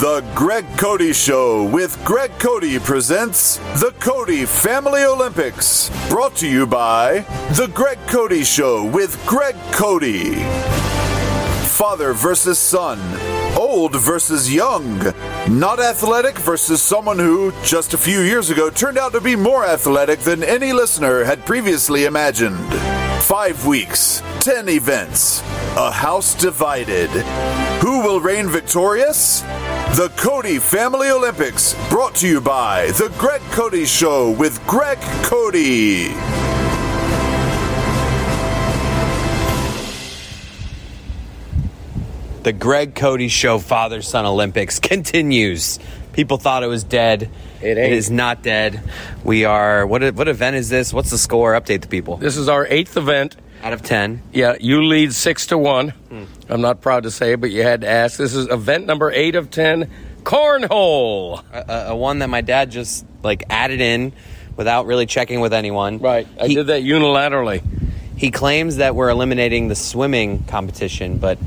Speaker 7: The Greg Cody Show with Greg Cody presents the Cody Family Olympics. Brought to you by The Greg Cody Show with Greg Cody. Father versus son, old versus young, not athletic versus someone who, just a few years ago, turned out to be more athletic than any listener had previously imagined. Five weeks, ten events, a house divided. Who will reign victorious? The Cody Family Olympics, brought to you by The Greg Cody Show with Greg Cody.
Speaker 3: The Greg Cody Show Father Son Olympics continues. People thought it was dead.
Speaker 2: It ain't.
Speaker 3: it is not dead. We are. What what event is this? What's the score? Update the people.
Speaker 2: This is our eighth event.
Speaker 3: Out of ten.
Speaker 2: Yeah, you lead six to one. I'm not proud to say, but you had to ask. This is event number eight of ten, cornhole.
Speaker 3: a, a- a one that my dad just like added in without really checking with anyone.
Speaker 2: Right, I
Speaker 3: He,
Speaker 2: did that unilaterally.
Speaker 3: he claims that we're eliminating the swimming competition, but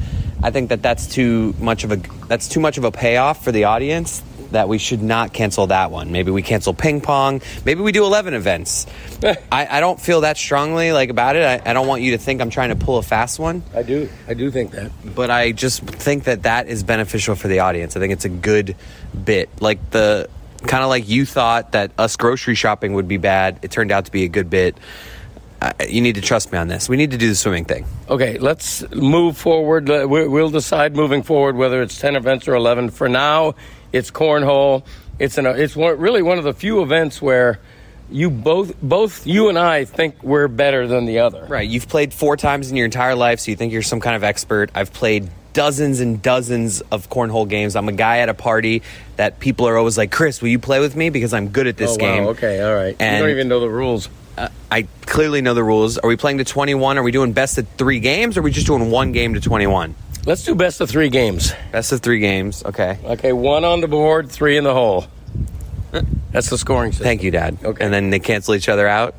Speaker 3: I think that that's too much of a that's too much of a payoff for the audience that we should not cancel that one. Maybe we cancel ping pong. Maybe we do 11 events. I, I don't feel that strongly like about it. I, I don't want you to think I'm trying to pull a fast one,
Speaker 2: I do. I do think that.
Speaker 3: but I just think that that is beneficial for the audience. I think it's a good bit. Like the kind of like you thought that us grocery shopping would be bad, it turned out to be a good bit. Uh, you need to trust me on this. We need to do the swimming thing.
Speaker 2: Okay, let's move forward. Le- we- We'll decide moving forward whether it's ten events or eleven. For now, it's cornhole. It's an. It's one, really one of the few events where you both, both you and I, think we're better than the other.
Speaker 3: Right. You've played four times in your entire life, so you think you're some kind of expert. I've played dozens and dozens of cornhole games. I'm a guy at a party that people are always like, Chris, will you play with me? Because I'm good at this
Speaker 2: oh, wow,
Speaker 3: game.
Speaker 2: Okay, all right. you
Speaker 3: And-
Speaker 2: don't even know the rules.
Speaker 3: Uh, I clearly know the rules. Are we playing to 21? Are we doing best of three games? Or are we just doing one game to 21?
Speaker 2: Let's do best of three games.
Speaker 3: Best of three games. Okay.
Speaker 2: Okay, one on the board, three in the hole. That's the scoring system.
Speaker 3: Thank you, Dad.
Speaker 2: Okay.
Speaker 3: And then they cancel each other out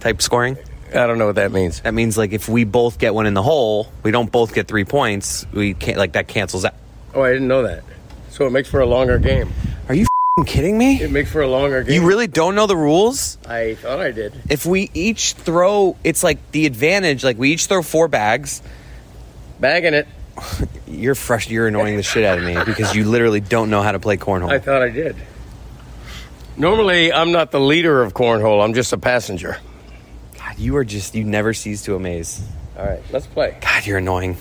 Speaker 3: type scoring.
Speaker 2: I don't know what that means.
Speaker 3: That means like if we both get one in the hole, we don't both get three points. We can't like that cancels out.
Speaker 2: Oh, I didn't know that. So it makes for a longer game.
Speaker 3: Are you fing kidding me?
Speaker 2: It makes for a longer game.
Speaker 3: You really don't know the rules?
Speaker 2: I thought I did.
Speaker 3: If we each throw, it's like the advantage. Like we each throw four bags.
Speaker 2: Bagging it.
Speaker 3: You're fresh. You're annoying the shit out of me because you literally don't know how to play cornhole.
Speaker 2: I thought I did. Normally, I'm not the leader of cornhole. I'm just a passenger.
Speaker 3: God, you are just. You never cease to amaze.
Speaker 2: All right, let's play.
Speaker 3: God, you're annoying.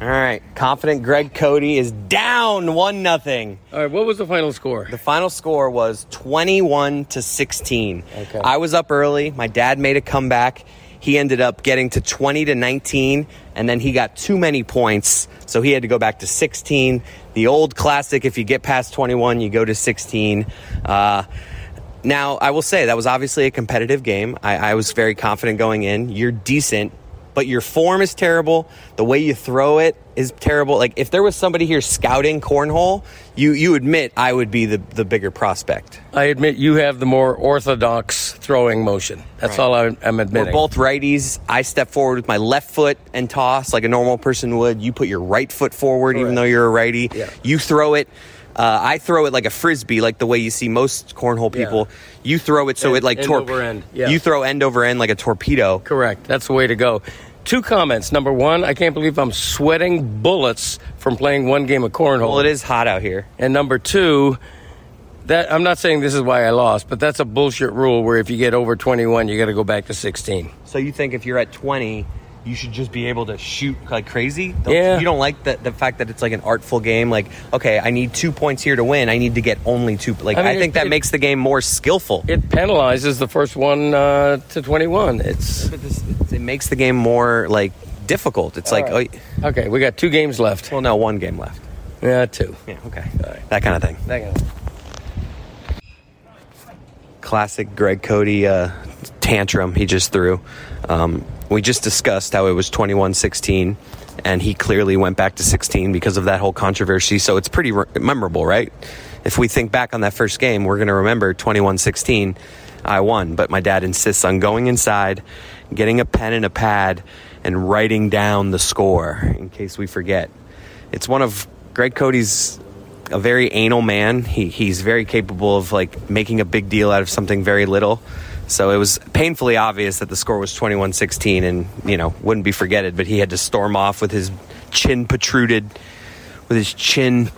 Speaker 3: All right, confident Greg Cody is down one nothing.
Speaker 2: All right, what was the final score?
Speaker 3: The final score was 21 to 16.
Speaker 2: Okay.
Speaker 3: I was up early. My dad made a comeback. He ended up getting to 20 to 19, and then he got too many points, so he had to go back to 16. the old classic. If you get past 21, you go to 16. Uh, now, I will say that was obviously a competitive game. I, I was very confident going in. You're decent, but your form is terrible. The way you throw it is terrible. Like if there was somebody here scouting cornhole, you you admit I would be the the bigger prospect.
Speaker 2: I admit you have the more orthodox throwing motion. That's all I, I'm admitting.
Speaker 3: We're both righties. I step forward with my left foot and toss like a normal person would. You put your right foot forward, even though you're a righty.
Speaker 2: Yeah.
Speaker 3: You throw it. Uh, I throw it like a frisbee, like the way you see most cornhole people. You throw it so
Speaker 2: End-
Speaker 3: it like
Speaker 2: end
Speaker 3: torp-
Speaker 2: over end, yeah.
Speaker 3: You throw end over end like a torpedo.
Speaker 2: Correct. That's the way to go. Two comments. Number one, I can't believe I'm sweating bullets from playing one game of cornhole.
Speaker 3: Well, it is hot out here.
Speaker 2: And number two, that I'm not saying this is why I lost, but that's a bullshit rule where if you get over 21, you got to go back to 16.
Speaker 3: So you think if you're at 20, you should just be able to shoot like crazy? Don't-
Speaker 2: Yeah.
Speaker 3: You don't like the, the fact that it's like an artful game. Like, okay, I need two points here to win. I need to get only two. Like,
Speaker 2: I
Speaker 3: I,
Speaker 2: mean,
Speaker 3: think
Speaker 2: it-
Speaker 3: that
Speaker 2: it-
Speaker 3: makes the game more skillful. It,
Speaker 2: It penalizes the first one uh, to 21. It's
Speaker 3: it makes the game more like difficult. It's like, oh,
Speaker 2: okay. We got two games left.
Speaker 3: well, no, one game left.
Speaker 2: Yeah, two.
Speaker 3: Yeah, okay. That kind of thing. classic Greg Cody uh, tantrum he just threw. Um, we just discussed how it was 21 16, and he clearly went back to 16 because of that whole controversy. So it's pretty re- memorable, right? If we think back on that first game, we're going to remember 21 16, I won. But my dad insists on going inside, getting a pen and a pad, and writing down the score in case we forget. It's one of Greg Cody's a very anal man. He he's very capable of like making a big deal out of something very little. So it was painfully obvious that the score was 21-16 and, you know, wouldn't be forgetted, but he had to storm off with his chin protruded with his chin.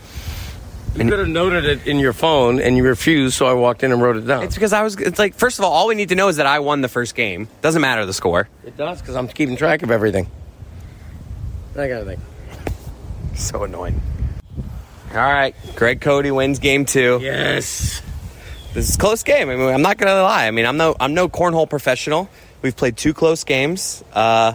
Speaker 2: You could have noted it in your phone, and you refused, so I walked in and wrote it down.
Speaker 3: It's because I was it's like first of all, all we need to know is that I won the first game. Doesn't matter the score.
Speaker 2: it does because I'm keeping track of everything. I gotta think.
Speaker 3: So annoying. All right, Greg Cody wins game 2.
Speaker 2: Yes.
Speaker 3: This is a close game. I mean, I'm not gonna lie. I mean, I'm no I'm no cornhole professional. We've played two close games. Uh,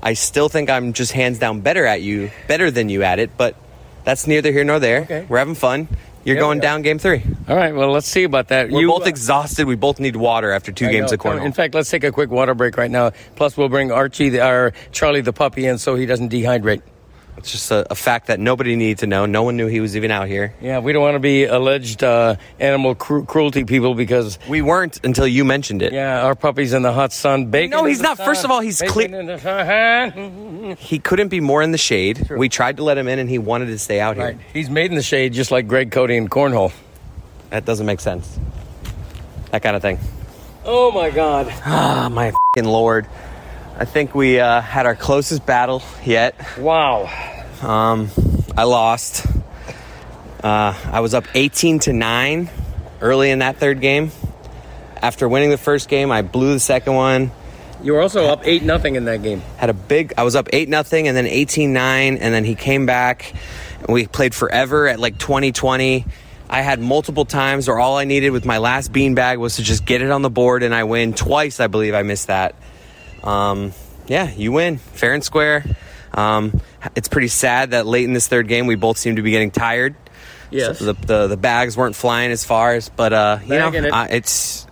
Speaker 3: I still think I'm just hands down better at you, better than you at it. But that's neither here nor there.
Speaker 2: Okay.
Speaker 3: We're having fun. You're
Speaker 2: Yeah, we
Speaker 3: going
Speaker 2: are.
Speaker 3: down game three.
Speaker 2: All right. Well, let's see about that.
Speaker 3: We're
Speaker 2: You- uh,
Speaker 3: both exhausted. We both need water after two
Speaker 2: I
Speaker 3: games
Speaker 2: know.
Speaker 3: of cornhole.
Speaker 2: In fact, let's take a quick water break right now. Plus, we'll bring Archie, the, or Charlie the puppy, in so he doesn't dehydrate.
Speaker 3: it's just a, a fact that nobody needed to know. No one knew he was even out here.
Speaker 2: Yeah, we don't want to be alleged uh, animal cru- cruelty people because
Speaker 3: We weren't until you mentioned it.
Speaker 2: yeah, our puppy's in the hot sun baking.
Speaker 3: No,
Speaker 2: in
Speaker 3: he's
Speaker 2: the
Speaker 3: not.
Speaker 2: sun,
Speaker 3: First of all, he's
Speaker 2: baking
Speaker 3: cle-
Speaker 2: in the sun.
Speaker 3: He couldn't be more in the shade. We tried to let him in, and he wanted to stay out here.
Speaker 2: Right. He's made in the shade, just like Greg Cody in cornhole.
Speaker 3: That doesn't make sense. That kind of thing.
Speaker 2: Oh my God!
Speaker 3: Oh, my fing lord. I think we uh, had our closest battle yet.
Speaker 2: Wow.
Speaker 3: Um, I lost. Uh, I was up 18 to 9 early in that third game. After winning the first game, I blew the second one.
Speaker 2: You were also up eight nothing in that game.
Speaker 3: Had a big I was up 8 nothing and then 18-9 and then he came back. and We played forever at like 2020. I had multiple times where all I needed with my last beanbag was to just get it on the board and I win twice. I believe I missed that. um, yeah, you win fair and square. Um, it's pretty sad that late in this third game, we both seemed to be getting tired.
Speaker 2: Yes.
Speaker 3: So the, the the bags weren't flying as far as, but uh, you
Speaker 2: Bagging
Speaker 3: know,
Speaker 2: it.
Speaker 3: I, it's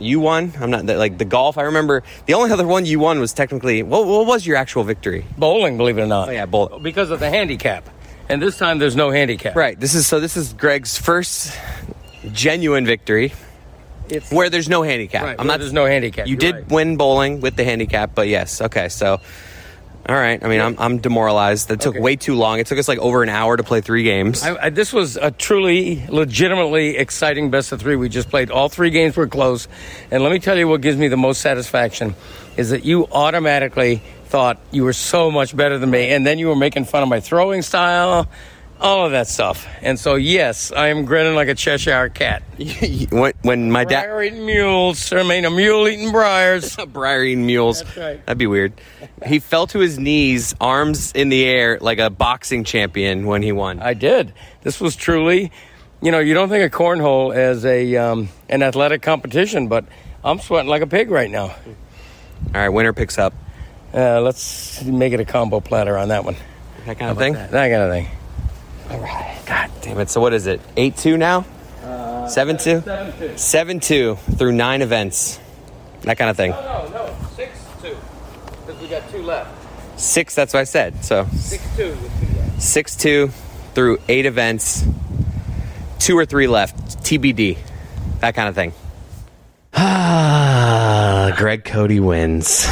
Speaker 3: you won. I'm not like the golf. I remember the only other one you won was technically what, what was your actual victory?
Speaker 2: Bowling, believe it or not.
Speaker 3: Oh yeah, bullet.
Speaker 2: Because of the handicap, and this time there's no handicap.
Speaker 3: Right. This is so. This is Greg's first genuine victory
Speaker 2: It's
Speaker 3: where there's no handicap.
Speaker 2: Right,
Speaker 3: I'm
Speaker 2: where
Speaker 3: not.
Speaker 2: there's no handicap.
Speaker 3: You
Speaker 2: You're
Speaker 3: did
Speaker 2: right.
Speaker 3: win bowling with the handicap, but yes. Okay, so. All right. I mean, I'm, I'm demoralized. That took
Speaker 2: Okay.
Speaker 3: way too long. It took us like over an hour to play three games.
Speaker 2: I, I, this was a truly, legitimately exciting best of three. We just played. All three games were close. And let me tell you what gives me the most satisfaction is that you automatically thought you were so much better than me. And then you were making fun of my throwing style, all of that stuff. And so, yes, I am grinning like a Cheshire cat.
Speaker 3: when, when my dad.
Speaker 2: Briar eating mules. I mean, a mule eating briars.
Speaker 3: Briar eating mules.
Speaker 2: That's right.
Speaker 3: That'd be weird. He fell to his knees, arms in the air, like a boxing champion when he won.
Speaker 2: I did. This was truly, you know, you don't think of cornhole as a um, an athletic competition, but I'm sweating like a pig right now.
Speaker 3: All right, winner picks up.
Speaker 2: Uh, let's make it a combo platter on that one.
Speaker 3: That kind of thing.
Speaker 2: That kind of thing.
Speaker 3: damn it. So what is it? Eight two now?
Speaker 8: Uh,
Speaker 3: Seven two? Seven two through nine events. That kind of thing.
Speaker 8: No, no, six two, because we got two left.
Speaker 3: Six, that's what I said. So
Speaker 8: Six two.
Speaker 3: six two through eight events, two or three left, TBD, that kind of thing. Ah, Greg Cody wins.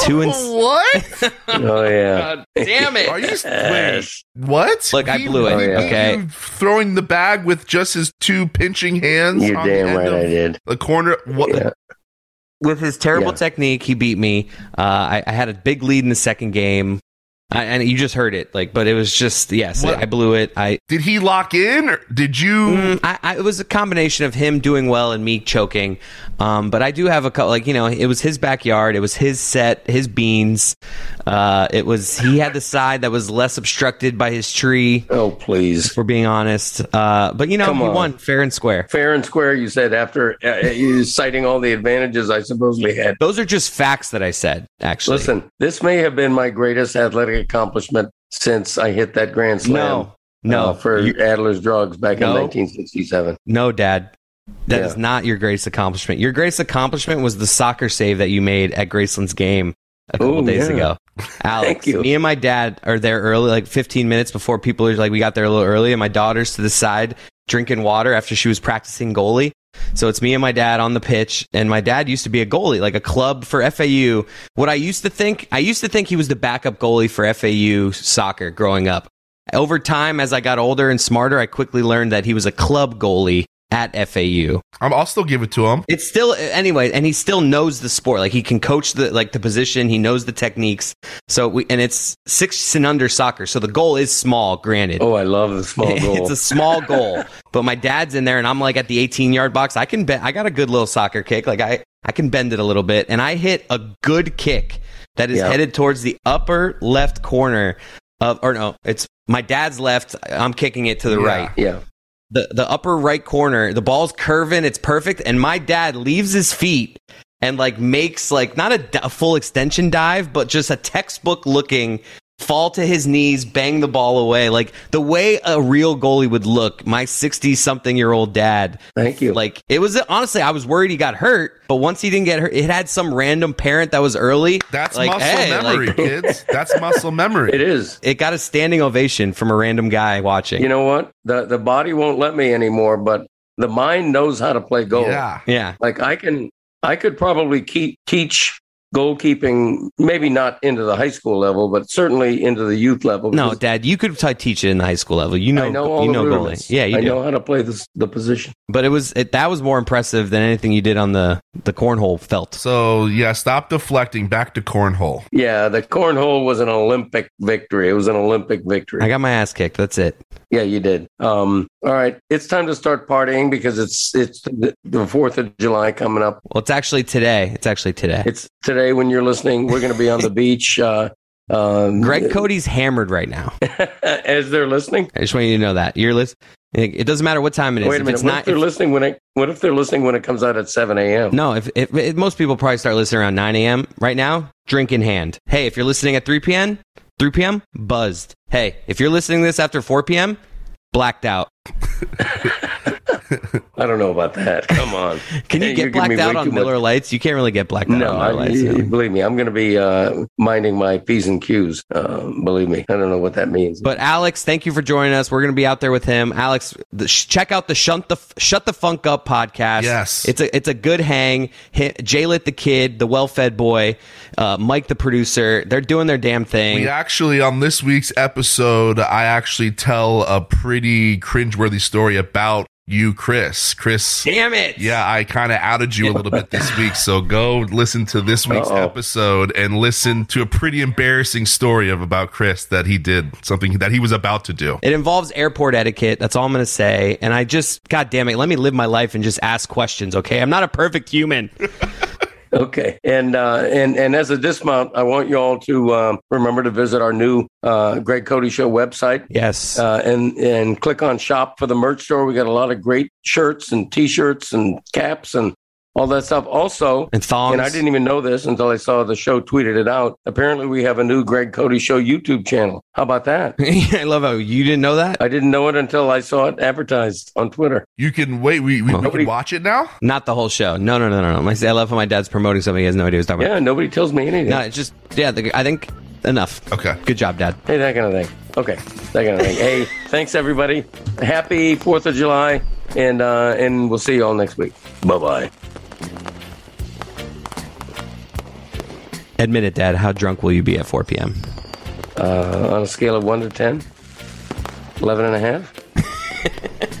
Speaker 3: Two and s-
Speaker 6: What?
Speaker 2: Oh yeah.
Speaker 8: Damn it!
Speaker 6: Are you wait, what?
Speaker 3: Look, I blew it, okay.
Speaker 6: you throwing the bag with just his two pinching hands.
Speaker 2: You're
Speaker 6: on the
Speaker 2: damn
Speaker 6: end
Speaker 2: right
Speaker 6: of
Speaker 2: I did.
Speaker 6: The corner. What?
Speaker 2: Yeah.
Speaker 3: with his terrible
Speaker 2: Yeah.
Speaker 3: technique, he beat me. Uh, I, I had a big lead in the second game, I, and you just heard it. Like, but it was just yes,
Speaker 6: What-
Speaker 3: I blew it. I,
Speaker 6: Did he lock in? Or did you?
Speaker 3: Mm, I, I it was a combination of him doing well and me choking. Um, but I do have a couple, like you know, it was his backyard, it was his set, his beans. Uh, it was he had the side that was less obstructed by his tree.
Speaker 2: Oh please.
Speaker 3: If we're being honest, uh, but you know,
Speaker 2: Come
Speaker 3: he
Speaker 2: on.
Speaker 3: won fair and square.
Speaker 2: Fair and square, you said after uh, you citing all the advantages I supposedly had.
Speaker 3: Those are just facts that I said. Actually,
Speaker 2: Listen, this may have been my greatest athletic accomplishment since I hit that grand slam.
Speaker 3: no, no,
Speaker 2: uh, for
Speaker 3: you-
Speaker 2: Adler's Drugs back
Speaker 3: No.
Speaker 2: in 1967.
Speaker 3: no, Dad. that is
Speaker 2: Yeah.
Speaker 3: not your greatest accomplishment. Your greatest accomplishment was the soccer save that you made at Graceland's game a couple
Speaker 2: Ooh,
Speaker 3: days
Speaker 2: yeah.
Speaker 3: ago. Alex,
Speaker 2: Thank you.
Speaker 3: me and my dad are there early, like 15 minutes before people are like, we got there a little early, and my daughter's to the side drinking water after she was practicing goalie. So it's me and my dad on the pitch, and my dad used to be a goalie, like a club for FAU. What I used to think, I used to think he was the backup goalie for FAU soccer growing up. Over time, as I got older and smarter, I quickly learned that he was a club goalie at FAU.
Speaker 6: I'm, I'll still give it to him.
Speaker 3: It's still anyway, and he still knows the sport. Like he can coach the like the position. He knows the techniques. So we and it's six and under soccer. So the goal is small. Granted,
Speaker 2: Oh, I love the small goal.
Speaker 3: it's a small goal. but my dad's in there, and I'm like at the 18 yard box. I can bet I got a good little soccer kick. Like I I can bend it a little bit, and I hit a good kick that is
Speaker 2: Yeah.
Speaker 3: headed towards the upper left corner of or no, it's my dad's left. I'm kicking it to the
Speaker 6: Yeah.
Speaker 3: right
Speaker 2: yeah.
Speaker 3: the the upper right corner. The ball's curving, it's perfect, and my dad leaves his feet and like makes like not a, d- a full extension dive, but just a textbook looking fall to his knees, bang the ball away. Like the way a real goalie would look, my 60 something year old dad
Speaker 2: Thank you.
Speaker 3: like it was honestly, I was worried he got hurt, but once he didn't get hurt, it had some random parent that was early.
Speaker 6: That's
Speaker 3: like,
Speaker 6: muscle
Speaker 3: hey, like,
Speaker 6: memory, kids. That's muscle memory.
Speaker 2: it is.
Speaker 3: it got a standing ovation from a random guy watching.
Speaker 2: You know what? The the body won't let me anymore, but the mind knows how to play goal.
Speaker 6: Yeah.
Speaker 3: yeah.
Speaker 2: Like I can I could probably keep, teach goalkeeping maybe not into the high school level, but certainly into the youth level.
Speaker 3: No,
Speaker 2: because
Speaker 3: Dad, you could t- teach it in the high school level. You know,
Speaker 2: I know all
Speaker 3: you
Speaker 2: the
Speaker 3: know
Speaker 2: rudiments.
Speaker 3: goalie. Yeah, you
Speaker 2: I
Speaker 3: do.
Speaker 2: know how to play this, the position.
Speaker 3: But it was it, that was more impressive than anything you did on the the cornhole felt.
Speaker 6: So yeah, stop deflecting. Back to cornhole.
Speaker 2: Yeah, the cornhole was an Olympic victory. It was an Olympic victory.
Speaker 3: I got my ass kicked. That's it.
Speaker 2: Yeah, you did. Um, all right, it's time to start partying because it's it's the- the Fourth of July coming up.
Speaker 3: Well, it's actually today. It's actually today.
Speaker 2: It's today when you're listening. We're going to be on the beach. Uh, um,
Speaker 3: Greg Cody's hammered right now.
Speaker 2: as they're listening.
Speaker 3: I just want you to know that you're listening. It doesn't matter what time it is.
Speaker 2: Wait a
Speaker 3: if
Speaker 2: minute.
Speaker 3: it's
Speaker 2: what
Speaker 3: not,
Speaker 2: if they're
Speaker 3: if-
Speaker 2: listening when it? What if they're listening when it comes out at seven a.m.?
Speaker 3: no, if, if, if most people probably start listening around 9 a.m. right now, drink in hand. Hey, if you're listening at 3 p.m., 3 p.m. buzzed. Hey, if you're listening to this after 4 p.m., blacked out.
Speaker 2: I don't know about that. Come on.
Speaker 3: Can you
Speaker 2: Hey,
Speaker 3: get
Speaker 2: you're giving
Speaker 3: blacked
Speaker 2: me
Speaker 3: out
Speaker 2: way
Speaker 3: on
Speaker 2: too much-
Speaker 3: Miller Lights? You can't really get blacked out
Speaker 2: No,
Speaker 3: on Miller
Speaker 2: I,
Speaker 3: Lights. no.
Speaker 2: believe me, I'm going to be uh, minding my p's and q's. Um, believe me, I don't know what that means.
Speaker 3: But Alex, thank you for joining us. We're going to be out there with him. Alex, the, sh- check out the Shunt the Shut the Funk Up podcast.
Speaker 6: Yes.
Speaker 3: it's a it's a good hang. Hit, Lit the kid, the well fed boy, uh, Mike the producer. They're doing their damn thing.
Speaker 6: We actually on this week's episode, I actually tell a pretty cringeworthy story about you, Chris. Chris.
Speaker 3: Damn it!
Speaker 6: Yeah, I kind of outed you a little bit this week, so go listen to this week's
Speaker 2: Uh-oh.
Speaker 6: episode and listen to a pretty embarrassing story of about Chris that he did something that he was about to do.
Speaker 3: It involves airport etiquette. That's all I'm going to say. And I just, God damn it, let me live my life and just ask questions, okay? I'm not a perfect human.
Speaker 2: Okay, and uh, and and as a dismount, I want you all to um, remember to visit our new uh, Greg Cody Show website
Speaker 3: Yes.
Speaker 2: uh, and and click on shop for the merch store. We got a lot of great shirts and T-shirts and caps and all that stuff. Also,
Speaker 3: And thongs.
Speaker 2: and I didn't even know this until I saw the show tweeted it out. Apparently, we have a new Greg Cody Show YouTube channel. How about that?
Speaker 3: I love how you didn't know that.
Speaker 2: I didn't know it until I saw it advertised on Twitter.
Speaker 6: You can wait. We, we, we
Speaker 2: Nobody-
Speaker 6: can watch it now.
Speaker 3: Not the whole show. No, no, no, no, no. My, I love how my dad's promoting something he has no idea what he's talking
Speaker 2: Yeah, nobody tells me anything.
Speaker 3: about. No, it's just yeah. The, I think enough.
Speaker 6: Okay.
Speaker 3: Good job, Dad.
Speaker 2: Hey, that kind of thing. Okay, that kind of thing. hey, thanks everybody. Happy Fourth of July, and uh, and we'll see you all next week. Bye bye.
Speaker 3: Admit it, Dad. How drunk will you be at 4 p.m.?
Speaker 2: Uh, on a scale of one to 10, 11 and a half.